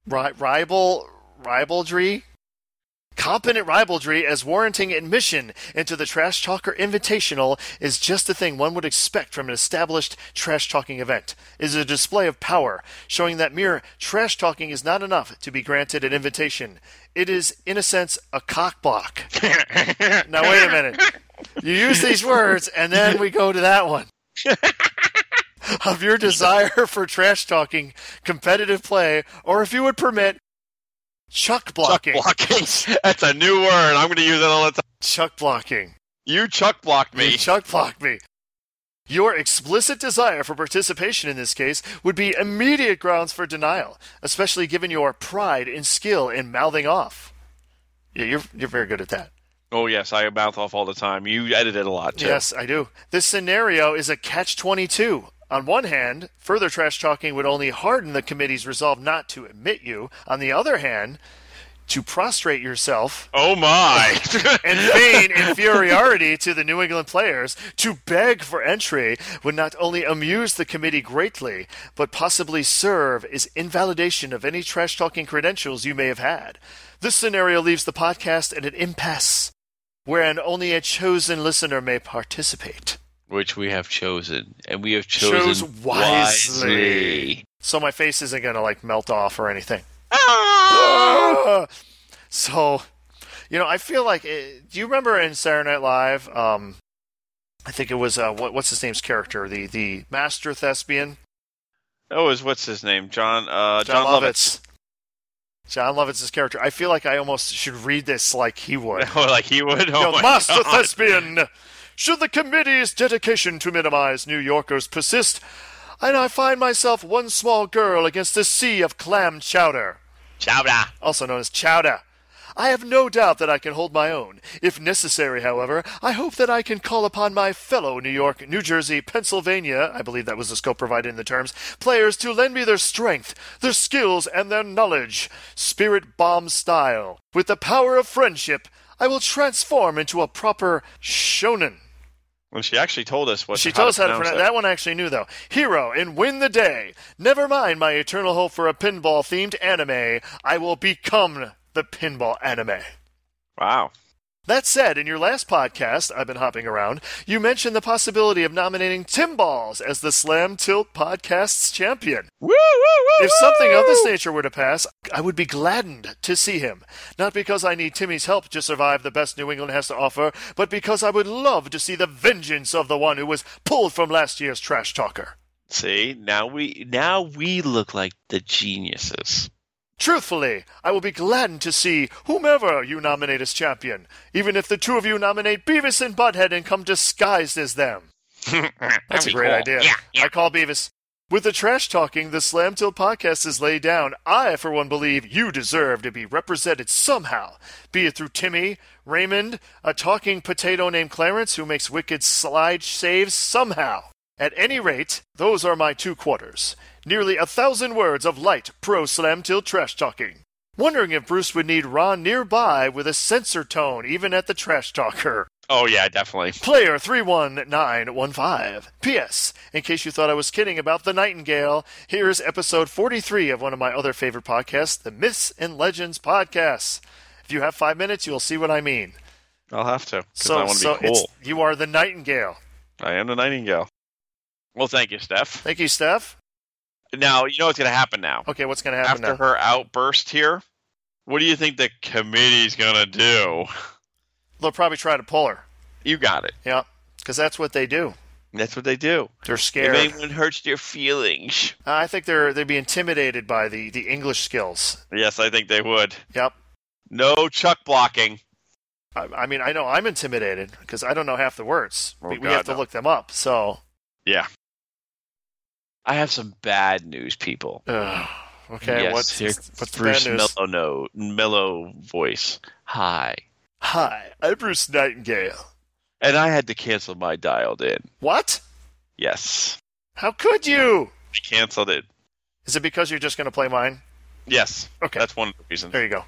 Ri- rival, ribaldry. Competent ribaldry as warranting admission into the Trash Talker Invitational is just the thing one would expect from an established trash talking event. It is a display of power, showing that mere trash talking is not enough to be granted an invitation. It is, in a sense, a cockblock.
[laughs]
Now, wait a minute. You use these words, and then we go to that one. of your desire for trash talking, competitive play, or if you would permit, chuck
Chuck
blocking.
blocking. That's a new word. I'm going to use that all the time.
Chuck blocking.
You chuck blocked me.
You chuck block me. Your explicit desire for participation in this case would be immediate grounds for denial, especially given your pride and skill in mouthing off. Yeah, you're, you're very good at that.
oh yes, I mouth off all the time. You edit it a lot too.
Yes, I do. This scenario is a catch 22. On one hand, further trash talking would only harden the committee's resolve not to admit you. On the other hand, to prostrate yourself
Oh my.
[laughs]
[laughs]
and feign inferiority to the New England players, to beg for entry would not only amuse the committee greatly, but possibly serve as invalidation of any trash talking credentials you may have had. This scenario leaves the podcast at an impasse, wherein only a chosen listener may participate.
Which we have chosen, and we have chosen
Chose wisely. So my face isn't going to like melt off or anything.
[laughs]
Ah! So, you know, I feel like. It, do you remember in Saturday Night Live? Um, I think it was uh, what, what's his name's character, the the master thespian,
Oh, is what's his name? John. Uh, John, Lovitz.
John Lovitz's character. I feel like I almost should read this like he would.
[laughs] Oh, like he would. Oh
you know,
my
Master
God.
Thespian, should the committee's dedication to minimize New Yorkers persist, and I find myself one small girl against a sea of clam chowder,
Chowder.
also known as chowder. I have no doubt that I can hold my own. If necessary, however, I hope that I can call upon my fellow New York, New Jersey, Pennsylvania, I believe that was the scope provided in the terms, players to lend me their strength, their skills, and their knowledge, spirit bomb style. With the power of friendship, I will transform into a proper shonen.
Well, she actually told us what
She
how
told us how to
pronounce
pronounce
it.
that one. I actually knew though. Hero and win the day. Never mind my eternal hope for a pinball themed anime. I will become the pinball anime.
Wow.
That said, in your last podcast, I've been hopping around, you mentioned the possibility of nominating Tim Balls as the Slam Tilt Podcast's champion.
Woo, woo, woo,
If something of this
woo!
nature were to pass, I would be gladdened to see him. Not because I need Timmy's help to survive the best New England has to offer, but because I would love to see the vengeance of the one who was pulled from last year's Trash Talker.
See, now we now we look like the geniuses.
Truthfully, I will be gladdened to see whomever you nominate as champion, even if the two of you nominate Beavis and Butthead and come disguised as them. [laughs] That's a great idea.
Yeah, yeah.
I call Beavis. With the trash talking the Slam Till podcast is laid down, I, for one, believe you deserve to be represented somehow, be it through Timmy, Raymond, a talking potato named Clarence who makes wicked slide saves somehow. At any rate, those are my two quarters. Nearly a thousand words of light pro Slam Till trash talking. Wondering if Bruce would need Ron nearby with a censor tone, even at the trash talker.
Oh yeah, definitely.
Player 31915. P.S. In case you thought I was kidding about the Nightingale, here's episode 43 of one of my other favorite podcasts, the Myths and Legends Podcasts. If you have five minutes, you'll see what I mean.
I'll have to because
So,
I want to
so
be cool.
it's, you are the Nightingale.
I am the nightingale. Well, thank you, Steph.
Thank you, Steph.
Now you know what's going to happen now.
Okay, what's going to happen
After
now?
her outburst here, what do you think the committee's going to do?
They'll probably try to pull her.
You got it.
Yeah, because that's what they do.
That's what they do.
They're
If
scared.
anyone hurts their feelings,
I think they're they'd be intimidated by the the English skills.
yes, I think they would.
Yep.
No chuck blocking.
I, I mean, I know I'm intimidated because I don't know half the words.
Oh,
we, we
God,
have to
no.
look them up. So
Yeah. I have some bad news, people.
Ugh. okay,
yes,
what's,
here,
what's the
Bruce
bad news?
Mello, no, mellow voice. Hi.
Hi, I'm Bruce Nightingale.
And I had to cancel my dialed in.
What?
Yes.
How could you?
I canceled it.
Is it because you're just going to play mine?
Yes.
Okay.
That's one of the reasons.
There you go.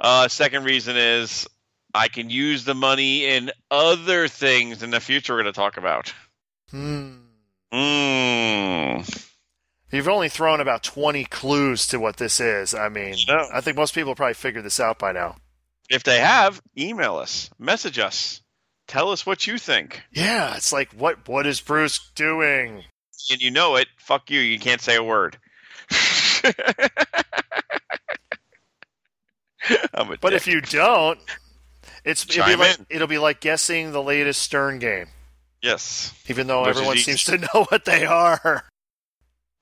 Uh, second reason is I can use the money in other things in the future we're going to talk about.
Hmm.
Mm.
You've only thrown about 20 clues to what this is. I mean,
No.
I think most people probably figured this out by now.
If they have, email us, message us, tell us what you think.
Yeah, it's like what what is Bruce doing?
And you know it. Fuck you. You can't say a word. [laughs] I'm a
But
dick.
if you don't, it's it'll be,
Chime
like,
in.
it'll be like guessing the latest Stern game,
Yes.
even though
Which is
everyone
easy.
seems to [laughs] know what they are.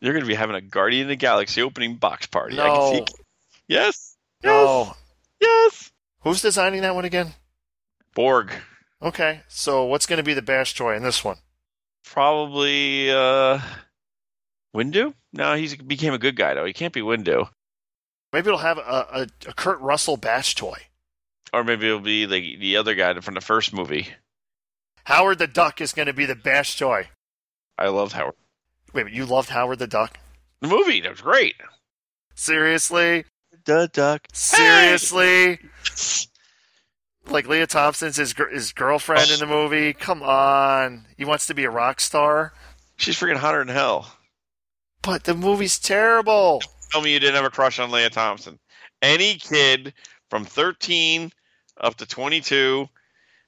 You're going to be having a Guardian of the Galaxy opening box party. I
No.
can see- [laughs] Yes. Yes.
No.
Yes.
Who's designing that one again?
Borg.
Okay, so what's going to be the bash toy in this one?
Probably uh Windu? No, he's became a good guy though. He can't be Windu.
Maybe it'll have a, a, a Kurt Russell bash toy.
Or maybe it'll be the the other guy from the first movie.
Howard the Duck is going to be the bash toy.
I loved Howard.
Wait, but you loved Howard the Duck?
The movie, that was great.
Seriously?
The duck.
Seriously? Like Leah Thompson's his, gir- his girlfriend in the movie? Come on. He wants to be a rock star?
She's freaking hotter than hell.
But the movie's terrible.
Tell me you didn't have a crush on Leah Thompson. Any kid from 13 up to 22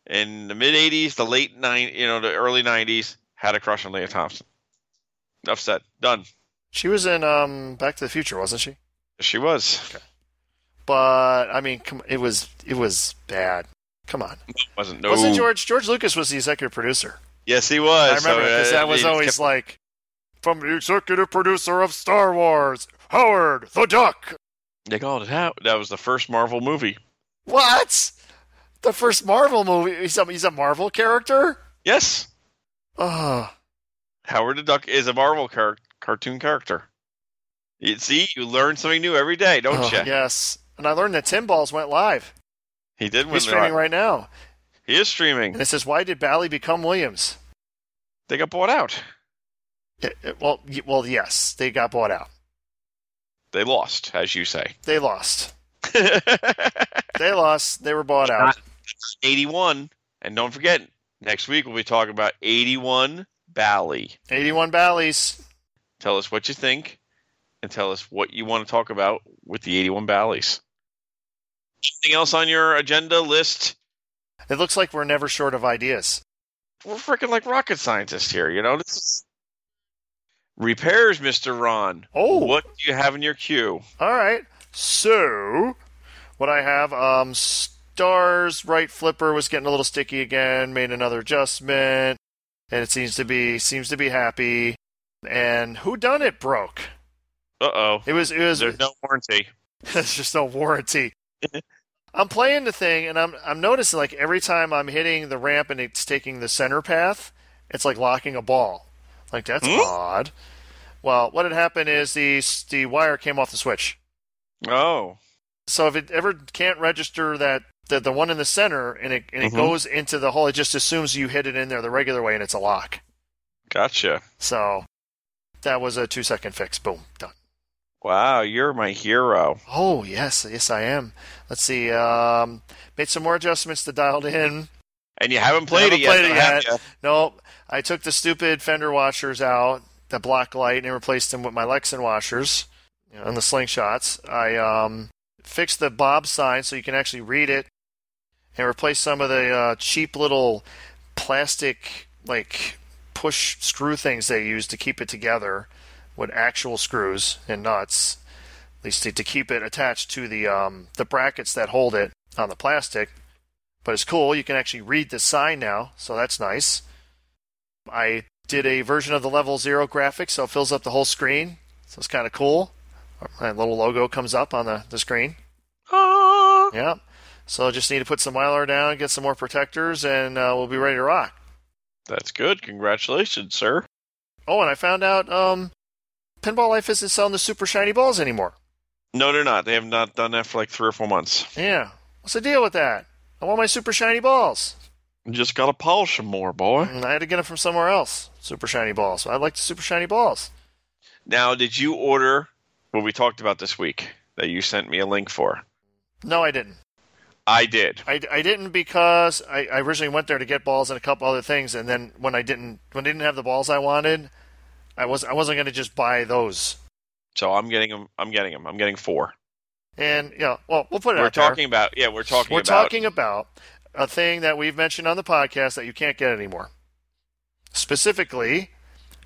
in the mid 80s, the late 90s, you know, the early 90s had a crush on Leah Thompson. Enough said. Done.
She was in um, Back to the Future, wasn't she?
She was.
But, I mean, come, it was it was bad. Come on.
Wasn't no.
Wasn't George George Lucas was the executive producer?
Yes, he was.
I remember
So,
because
uh,
that was
they
always
kept-
like from the executive producer of Star Wars, Howard the Duck.
they called it out. That was the first Marvel movie.
What? The first Marvel movie? He's a, he's a Marvel character?
Yes,
Ugh.
Howard the Duck is a Marvel car- cartoon character. You see, you learn something new every day, don't
Ugh,
you?
Yes. And I learned that Tim Balls went live.
He did win
He's
the
streaming
Rock-
right now.
He is
And
streaming.
it says, "Why did Bally become Williams?"
They got bought out.
It- it- well, y- well, yes, they got bought out.
They lost, as you say. [laughs]
They lost. They lost. They were bought out.
Not- 81, and don't forget, next week we'll be talking about 81 Bally.
Eighty-one Bally's.
Tell us what you think, and tell us what you want to talk about with the 81 Bally's. Anything else on your agenda list?
It looks like we're never short of ideas.
We're freaking like rocket scientists here, you know. This is repairs, Mister Ron.
Oh.
what do you have in your queue?
All right. So, what I have, um, stars right flipper was getting a little sticky again. Made another adjustment, and it seems to be seems to be happy. And who done it broke?
Uh oh,
It was it was
there's no warranty.
[laughs] There's just no warranty. I'm playing the thing, and I'm I'm noticing like every time I'm hitting the ramp and it's taking the center path, it's like locking a ball. Like that's
Hmm?
odd. Well, what had happened is the the wire came off the switch.
Oh,
So if it ever can't register that the, the one in the center and it and it
Mhm.
goes into the hole, it just assumes you hit it in there the regular way and it's a lock.
gotcha.
So that was a two second fix. Boom, done.
Wow, you're my hero.
Oh yes, yes I am. Let's see. Um, made some more adjustments to dialed in.
And you haven't played
Haven't
it yet.
played it
have
yet.
ya?
Nope. I took the stupid fender washers out, the black light, and replaced them with my Lexan washers you know, and the slingshots. I um, fixed the Bob sign so you can actually read it, and replaced some of the uh, cheap little plastic like push screw things they use to keep it together with actual screws and nuts. At least to, to keep it attached to the um, the brackets that hold it on the plastic. But it's cool. You can actually read the sign now, so that's nice. I did a version of the level zero graphic, so it fills up the whole screen. So it's kind of cool. My little logo comes up on the, the screen.
Ah.
Yeah. So I just need to put some mylar down, get some more protectors, and uh, we'll be ready to rock.
That's good. Congratulations, sir.
Oh, and I found out um, Pinball Life isn't selling the super shiny balls anymore.
No, they're not. They have not done that for like three or four months.
Yeah. What's the deal with that? I want my super shiny balls.
You just gotta polish them more, boy.
And I had to get them from somewhere else. Super shiny balls. I like the super shiny balls.
Now, did you order what we talked about this week that you sent me a link for?
No, I didn't.
I did.
I, I didn't because I, I originally went there to get balls and a couple other things, and then when I didn't when I didn't have the balls I wanted, I was I wasn't going to just buy those.
So I'm getting them. I'm getting them. I'm getting four.
And yeah, well we'll put it
We're
out there.
talking about yeah. We're talking.
We're
about,
talking about a thing that we've mentioned on the podcast that you can't get anymore. Specifically,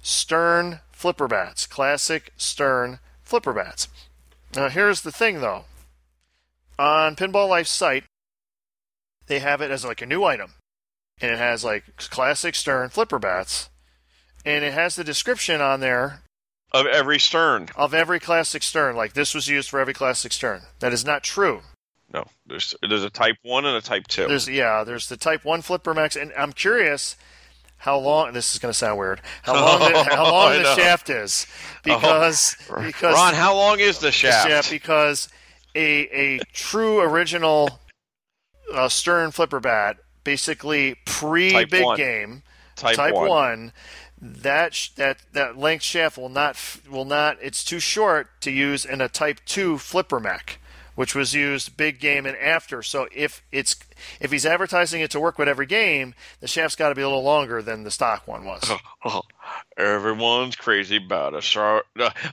Stern flipper bats, classic Stern flipper bats. Now here's the thing though. On Pinball Life's site, they have it as like a new item. And it has like classic Stern flipper bats. And it has the description on there
of every stern.
of every classic Stern. Like this was used for every classic Stern. That is not true.
No, there's there's a type one and a type two.
There's yeah, there's the Type One Flipper Max, and I'm curious how long. This is going to sound weird. How long?
[laughs]
The, how long
I
the
know. Oh.
shaft is? Because because
[laughs] Ron, how long is the
yeah,
shaft?
because a a true original uh, Stern Flipper Bat, basically pre
Type
big
one.
game
type,
one. that sh- that that length shaft will not f- will not. It's too short to use in a Type Two flipper mech, which was used big game and after. So if it's if he's advertising it to work with every game, the shaft's got to be a little longer than the stock one was.
Oh, everyone's crazy about a shar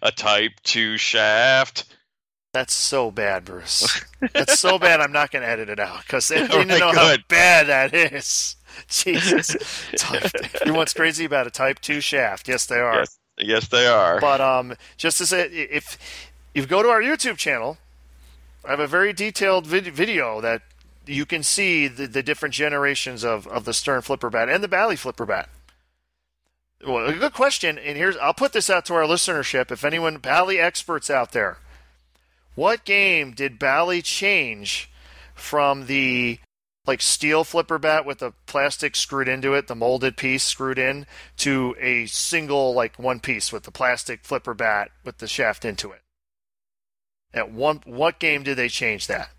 a type two shaft.
That's so bad, Bruce. That's so bad. I'm not going to edit it out because they don't
Alright,
know how
good.
bad that is. [laughs] Jesus, type, everyone's crazy about a Type Two shaft. Yes, they are.
Yes, yes, they are.
But um, just to say, if you go to our YouTube channel, I have a very detailed vid- video that you can see the, the different generations of, of the Stern flipper bat and the Bally flipper bat. Well, a good question, and here's I'll put this out to our listenership. If anyone Bally experts out there, what game did Bally change from the like steel flipper bat with the plastic screwed into it, the molded piece screwed in, to a single like one piece with the plastic flipper bat with the shaft into it. At one, what game did they change that?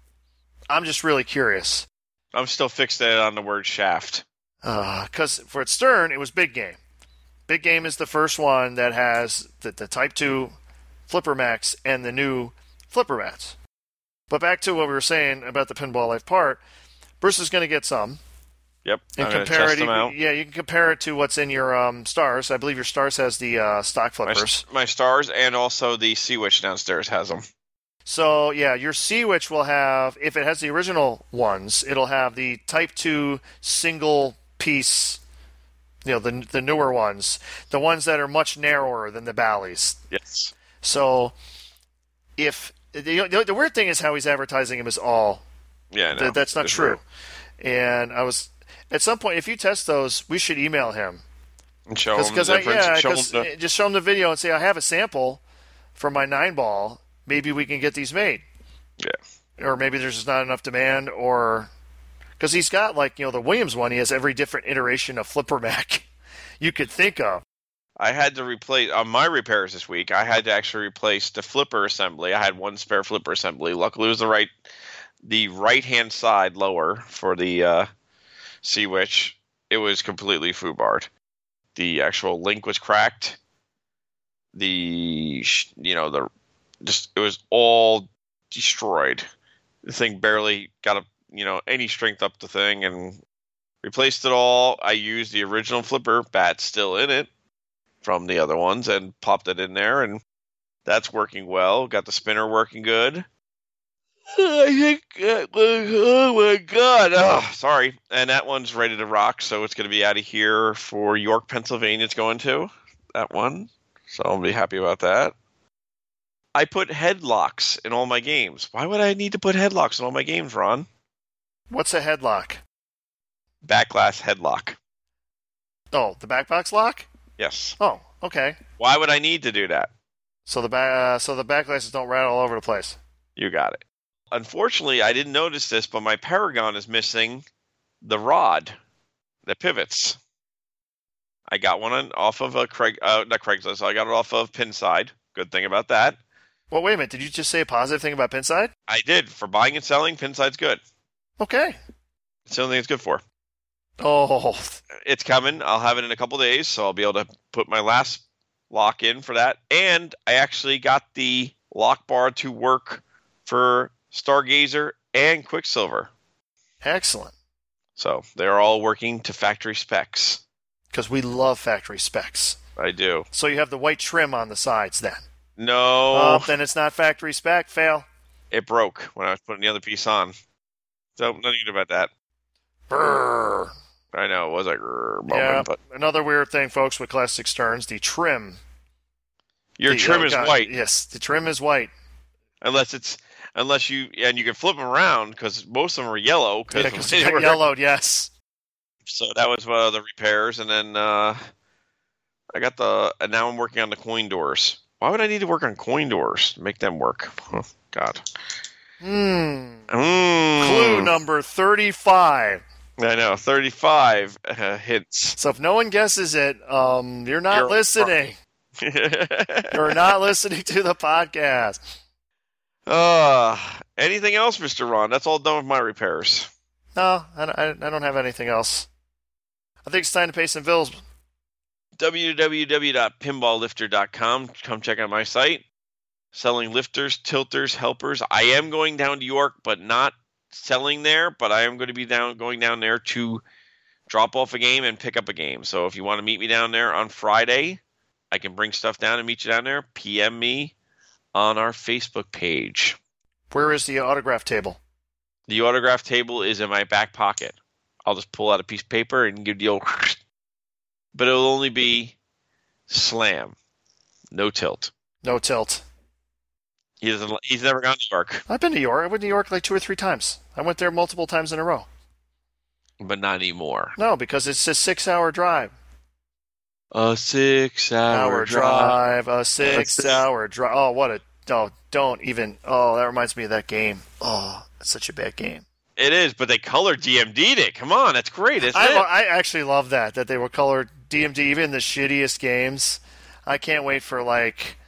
I'm just really curious.
I'm still fixated on the word shaft.
Because uh, for Stern, it was Big Game. Big Game is the first one that has the, the Type 2 Flipper Max and the new Flipper Mats. But back to what we were saying about the Pinball Life part, Bruce is going to get some.
Yep.
and
I'm gonna
compare
test
it.
them out.
Yeah, you can compare it to what's in your um, stars. I believe your stars has the uh, stock
My,
flippers.
my stars and also the sea witch downstairs has them.
So yeah, your Sea Witch will have, if it has the original ones, it'll have the Type Two single piece, you know, the the newer ones, the ones that are much narrower than the Bally's.
Yes.
So if the, the, the weird thing is how he's advertising him as all
Yeah. I know.
Th- that's not
It's
true.
weird.
And I was at some point, if you test those, we should email him
And show them
because
the
I
difference.
yeah,
show 'em
'cause,
the-
uh, just show him the video and say I have a sample from my nine ball. Maybe we can get these made,
yeah.
or maybe there's just not enough demand, or because he's got like you know the Williams one, he has every different iteration of flipper mac [laughs] you could think of.
I had to replace on my repairs this week. I had to actually replace the flipper assembly. I had one spare flipper assembly. Luckily, it was the right, the right hand side lower for the uh, Sea Witch. It was completely foobarred. The actual link was cracked. The sh- you know the just it was all destroyed. The thing barely got a you know any strength up the thing and replaced it all. I used the original flipper bat still in it from the other ones and popped it in there and that's working well got the spinner working good I think, uh, oh my god oh, sorry and that one's ready to rock so it's going to be out of here for york pennsylvania it's going to that one so i'll be happy about that i put headlocks in all my games why would i need to put headlocks in all my games ron
What's a headlock?
backlash headlock
Oh, the back box lock.
yes
Oh, okay.
why would i need to do that
So the ba- uh, so the back glasses don't rattle all over the place.
You got it. Unfortunately, I didn't notice this, but my Paragon is missing the rod that pivots. I got one on, off of a Craig, uh, not Craigslist. I got it off of Pinside. Good thing about that.
Well, wait a minute. Did you just say a positive thing about Pinside?
I did for buying and selling. Pinside's good.
Okay.
It's the only thing it's good for.
Oh, [laughs]
It's coming. I'll have it in a couple days, so I'll be able to put my last lock in for that. And I actually got the lock bar to work for Stargazer and Quicksilver.
excellent.
So they're all working to factory specs.
because we love factory specs.
I do.
So you have the white trim on the sides then.
No,
Oh, then it's not factory spec. Fail.
it broke when I was putting the other piece on. So nothing good about that.
Brrr.
I know it was like grrr moment,
Yeah.
but
Another weird thing, folks, with classic sterns, the trim.
your
the-
trim
oh,
is
God,
white
Yes, the trim is white.
unless it's unless you and you can flip them around because most of them are yellow
Yeah,
because
'cause it got yellowed. Yes.
[laughs] So that was one of the repairs, and then uh, I got the and now I'm working on the coin doors. Why would I need to work on coin doors to make them work? [laughs] Oh, God.
Hmm.
Mm.
Clue number thirty-five.
I know, 35 uh, hints.
So if no one guesses it, um, you're not
You're-
listening.
[laughs]
You're not listening to the podcast.
uh, anything else, Mr. Ron? That's all done with my repairs.
No, I don't, I don't have anything else. I think it's time to pay some bills.
www.pinballlifter.com. Come check out my site. Selling lifters, tilters, helpers. I am going down to York, but not selling there. But I am going to be down going down there to drop off a game and pick up a game. So if you want to meet me down there on Friday, I can bring stuff down and meet you down there. PM me on our Facebook page.
Where is the autograph table?
The autograph table is in my back pocket. I'll just pull out a piece of paper and give the old. [laughs] But it'll only be slam, no tilt.
No tilt.
He doesn't. li- He's never gone to New York,
I've been to York. I went to New York like two or three times. I went there multiple times in a row.
but not anymore.
No, because it's a six-hour drive.
A six-hour drive.
drive. A six-hour drive. Oh, what a no! Don't even. Oh, that reminds me of that game. Oh, that's such a bad game.
It is, but they color DMD'd it. Come on, that's great, isn't
I,
it?
lo- I actually love that that they were colored DMD even the shittiest games. I can't wait for like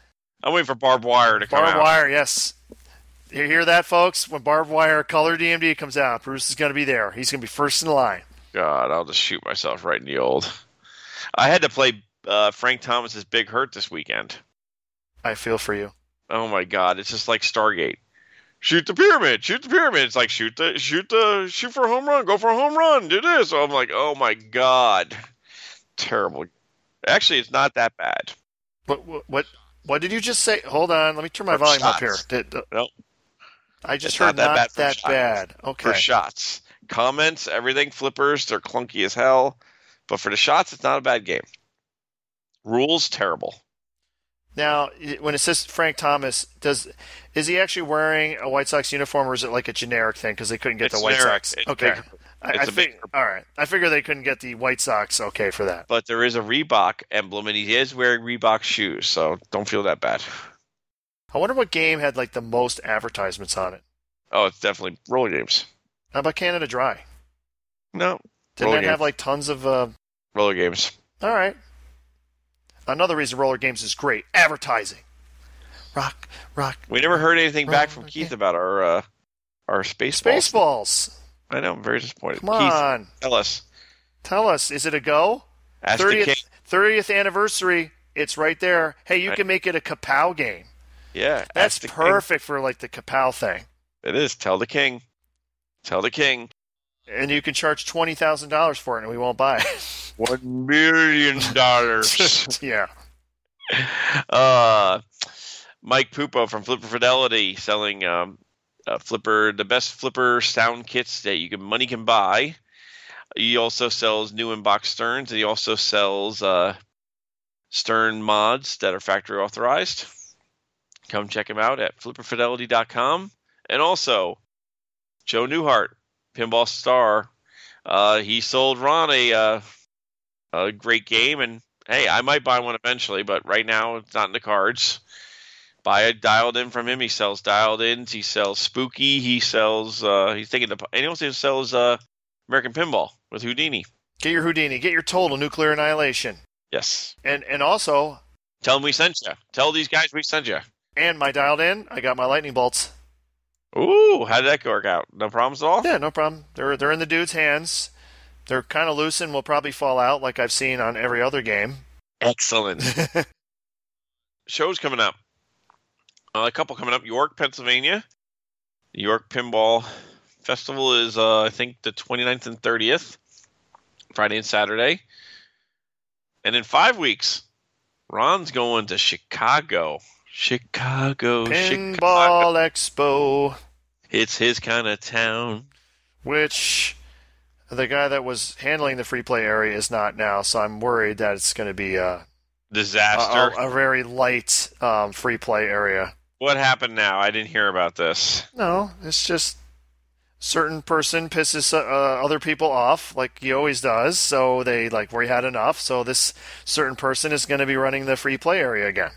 I'm waiting for barbed wire to come
barbed
out.
wire. Yes, you hear that, folks? When barbed wire color DMD comes out, Bruce is going to be there. He's going to be first in line.
God, I'll just shoot myself right in the old. I had to play uh, Frank Thomas's Big Hurt this weekend.
I feel for you.
Oh my god, it's just like Stargate. Shoot the pyramid, shoot the pyramid. It's like shoot the shoot the shoot for a home run, go for a home run, do this. So I'm like, oh my god. Terrible. Actually it's not that bad.
What what what, what did you just say? Hold on, let me turn my
Or
volume up here.
shots.
Did, uh,
No.
I just
It's
heard
not that bad
not
for
that
shots.
bad. Okay.
for shots. Comments, everything, flippers, they're clunky as hell. But for the shots, it's not a bad game. Rules, terrible.
Now, i- when it says Frank Thomas, does is he actually wearing a White Sox uniform, or is it like a generic thing because they couldn't get
It's
the White
generic.
Sox?
It's
okay,
big-
I,
it's
I
a big
fig-
purple.
all right. I figure they couldn't get the White Sox okay for that.
But there is a Reebok emblem, and he is wearing Reebok shoes, so don't feel that bad.
I wonder what game had like the most advertisements on it.
Oh, it's definitely roller games.
How about Canada Dry?
No,
Didn't
Roller
that have
games.
like tons of? Uh,
roller games.
all right. Another reason roller games is great advertising. Rock, rock,
We never heard anything back from
Roller
Keith
game.
about our uh, our space
spaceballs.
I know, I'm very disappointed.
Come
Keith,
on,
tell us.
tell us, is it a go?
Ask the king.
30th, 30th anniversary. It's right there. Hey, you
Right.
can make it a Kapow game.
Yeah,
That's
ask the king.
perfect for like the Kapow thing.
It is. Tell the king. Tell the king.
And you can charge twenty thousand dollars for it, and we won't buy
[laughs] One million [laughs] dollars.
it. [laughs] yeah.
[laughs] uh, Mike Pupo from Flipper Fidelity selling um, uh, Flipper the best Flipper sound kits that you can money can buy. He also sells new in box Sterns, and he also sells uh, Stern mods that are factory authorized. Come check him out at flipperfidelity.com. And also, Joe Newhart, pinball star, uh, he sold Ron a uh, a great game, and hey, I might buy one eventually, but right now it's not in the cards. Buy a dialed in from him. He sells dialed ins. He sells spooky. He sells. Uh, he's taking the. And he also sells uh, American Pinball with Houdini.
Get your Houdini. Get your total nuclear annihilation.
Yes.
And and also,
Tell him we sent you. Tell these guys we sent you.
and my dialed in. I got my lightning bolts.
Ooh, how did that work out? No problems at all.
Yeah, no problem. They're they're in the dude's hands. They're kind of loose and will probably fall out, like I've seen on every other game. [laughs]
Excellent. Shows coming up. Uh, a couple coming up. York, Pennsylvania. The York Pinball Festival is, uh, I think, the 29th and 30th, Friday and Saturday. And in five weeks, Ron's going to Chicago. Chicago, Chicago.
Pinball Expo.
It's his kind of town.
which the guy that was handling the free play area is not now, so I'm worried that it's going to be a, a,
Disaster.
a, a very light um, free play area.
what happened now? I didn't hear about this.
No, it's just certain person pisses uh, other people off, like he always does. So they like we had enough. So this certain person is going to be running the free play area again.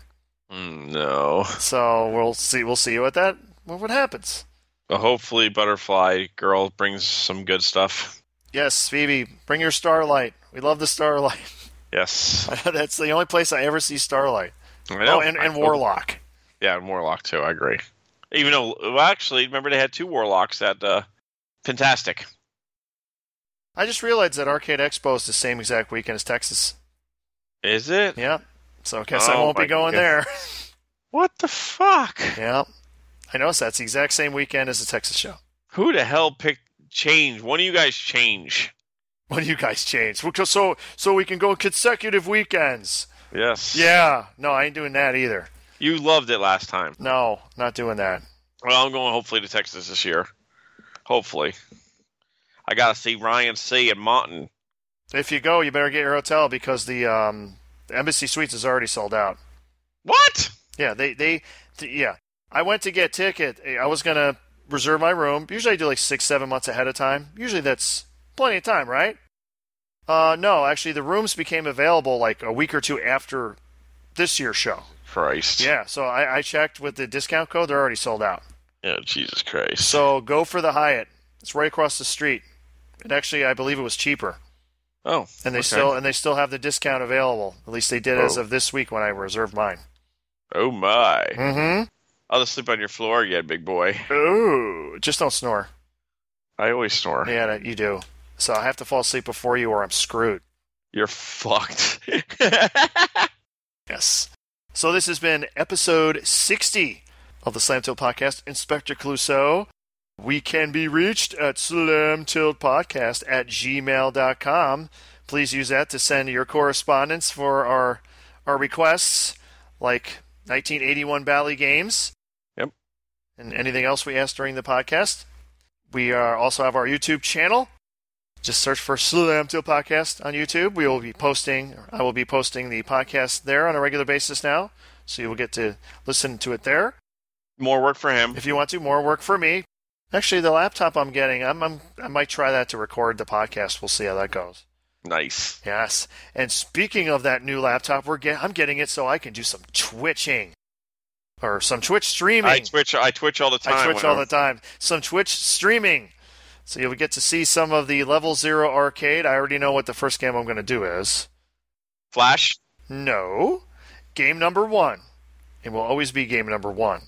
Mm, no.
So we'll see. We'll see what that what happens.
Well, hopefully, Butterfly Girl brings some good stuff.
Yes, Phoebe, bring your starlight. We love the starlight. [laughs]
Yes.
That's the only place I ever see starlight.
I
oh, and,
I
and warlock.
Yeah, and Warlock too. I agree. Even though, well, actually, remember they had two Warlocks at uh, Fantastic.
I just realized that Arcade Expo is the same exact weekend as Texas.
Is it?
Yeah. So I guess I
Oh
won't be
my
going
What the fuck?
there. [laughs] yeah. I noticed that's the exact same weekend as the Texas show. [laughs]
Who the hell picked change? One of you guys change.
What do you guys change? Well, 'cause So so we can go consecutive weekends.
Yes.
Yeah. No, I ain't doing that either.
You loved it last time.
No, not doing that.
Well, I'm going hopefully to Texas this year. Hopefully. I gotta see Ryan C. and Monton.
If you go, you better get your hotel because the um, the Embassy Suites is already sold out.
What?
Yeah, they they th- yeah. I went to get ticket. eh, I was gonna reserve my room. Usually I do like six seven months ahead of time. Usually that's plenty of time, right? Uh, no, actually the rooms became available like a week or two after this year's show.
Christ.
Yeah, so I, I checked with the discount code. They're already sold out.
Yeah, Oh, Jesus Christ.
So go for the Hyatt. It's right across the street. And actually, I believe it was cheaper.
oh.
And they
okay.
still and they still have the discount available. At least they did as
Oh.
of this week when I reserved mine.
Oh my.
Mm-hmm.
I'll just sleep on your floor again, big boy.
Ooh, just don't snore.
I always snore.
Yeah, that- you do. So I have to fall asleep before you, or I'm screwed. [laughs]
You're fucked.
Yes. So this has been episode 60 of the Slam Tilt Podcast. Inspector Clouseau. We can be reached at slamtiltpodcast at gmail.com. Please use that to send your correspondence for our our requests, like 1981 Bally Games.
Yep.
and anything else we ask during the podcast. We are also have our YouTube channel. Just search for Slam Till Podcast on YouTube. We will be posting, or I will be posting the podcast there on a regular basis now, so you will get to listen to it there.
More work for him.
If you want to, more work for me. Actually, the laptop I'm getting, I'm, I'm I might try that to record the podcast. We'll see how that goes.
Nice.
Yes. And speaking of that new laptop, we're get, I'm getting it so I can do some twitching or some Twitch streaming.
I twitch. I twitch all the time.
I twitch all
whenever-
the time. Some Twitch streaming. So you'll get to see some of the Level Zero arcade. I already know what the first game I'm going to do is.
Flash.
No, game number one. It will always be game number one.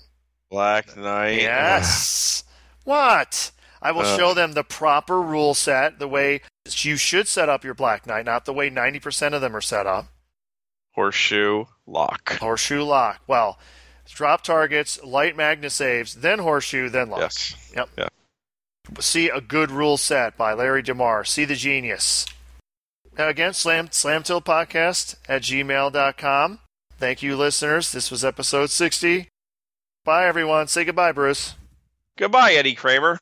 Black Knight.
Yes. what? I will
Ugh.
show them the proper rule set, the way you should set up your Black Knight, not the way 90% of them are set up.
Horseshoe lock.
Horseshoe lock. Well, drop targets, light magna saves, then horseshoe, then lock.
Yes.
Yep.
Yeah.
See a good rule set by Larry DeMar. See the genius. Now again, slam slamtillpodcast at gmail.com. Thank you, listeners. This was episode 60. Bye, everyone. Say goodbye, Bruce.
Goodbye, Eddie Kramer.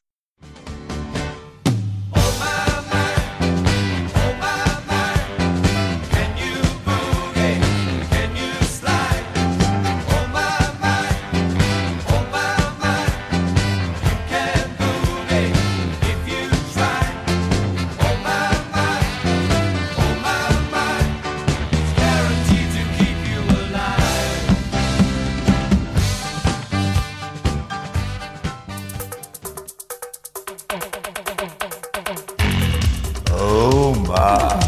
Oh my.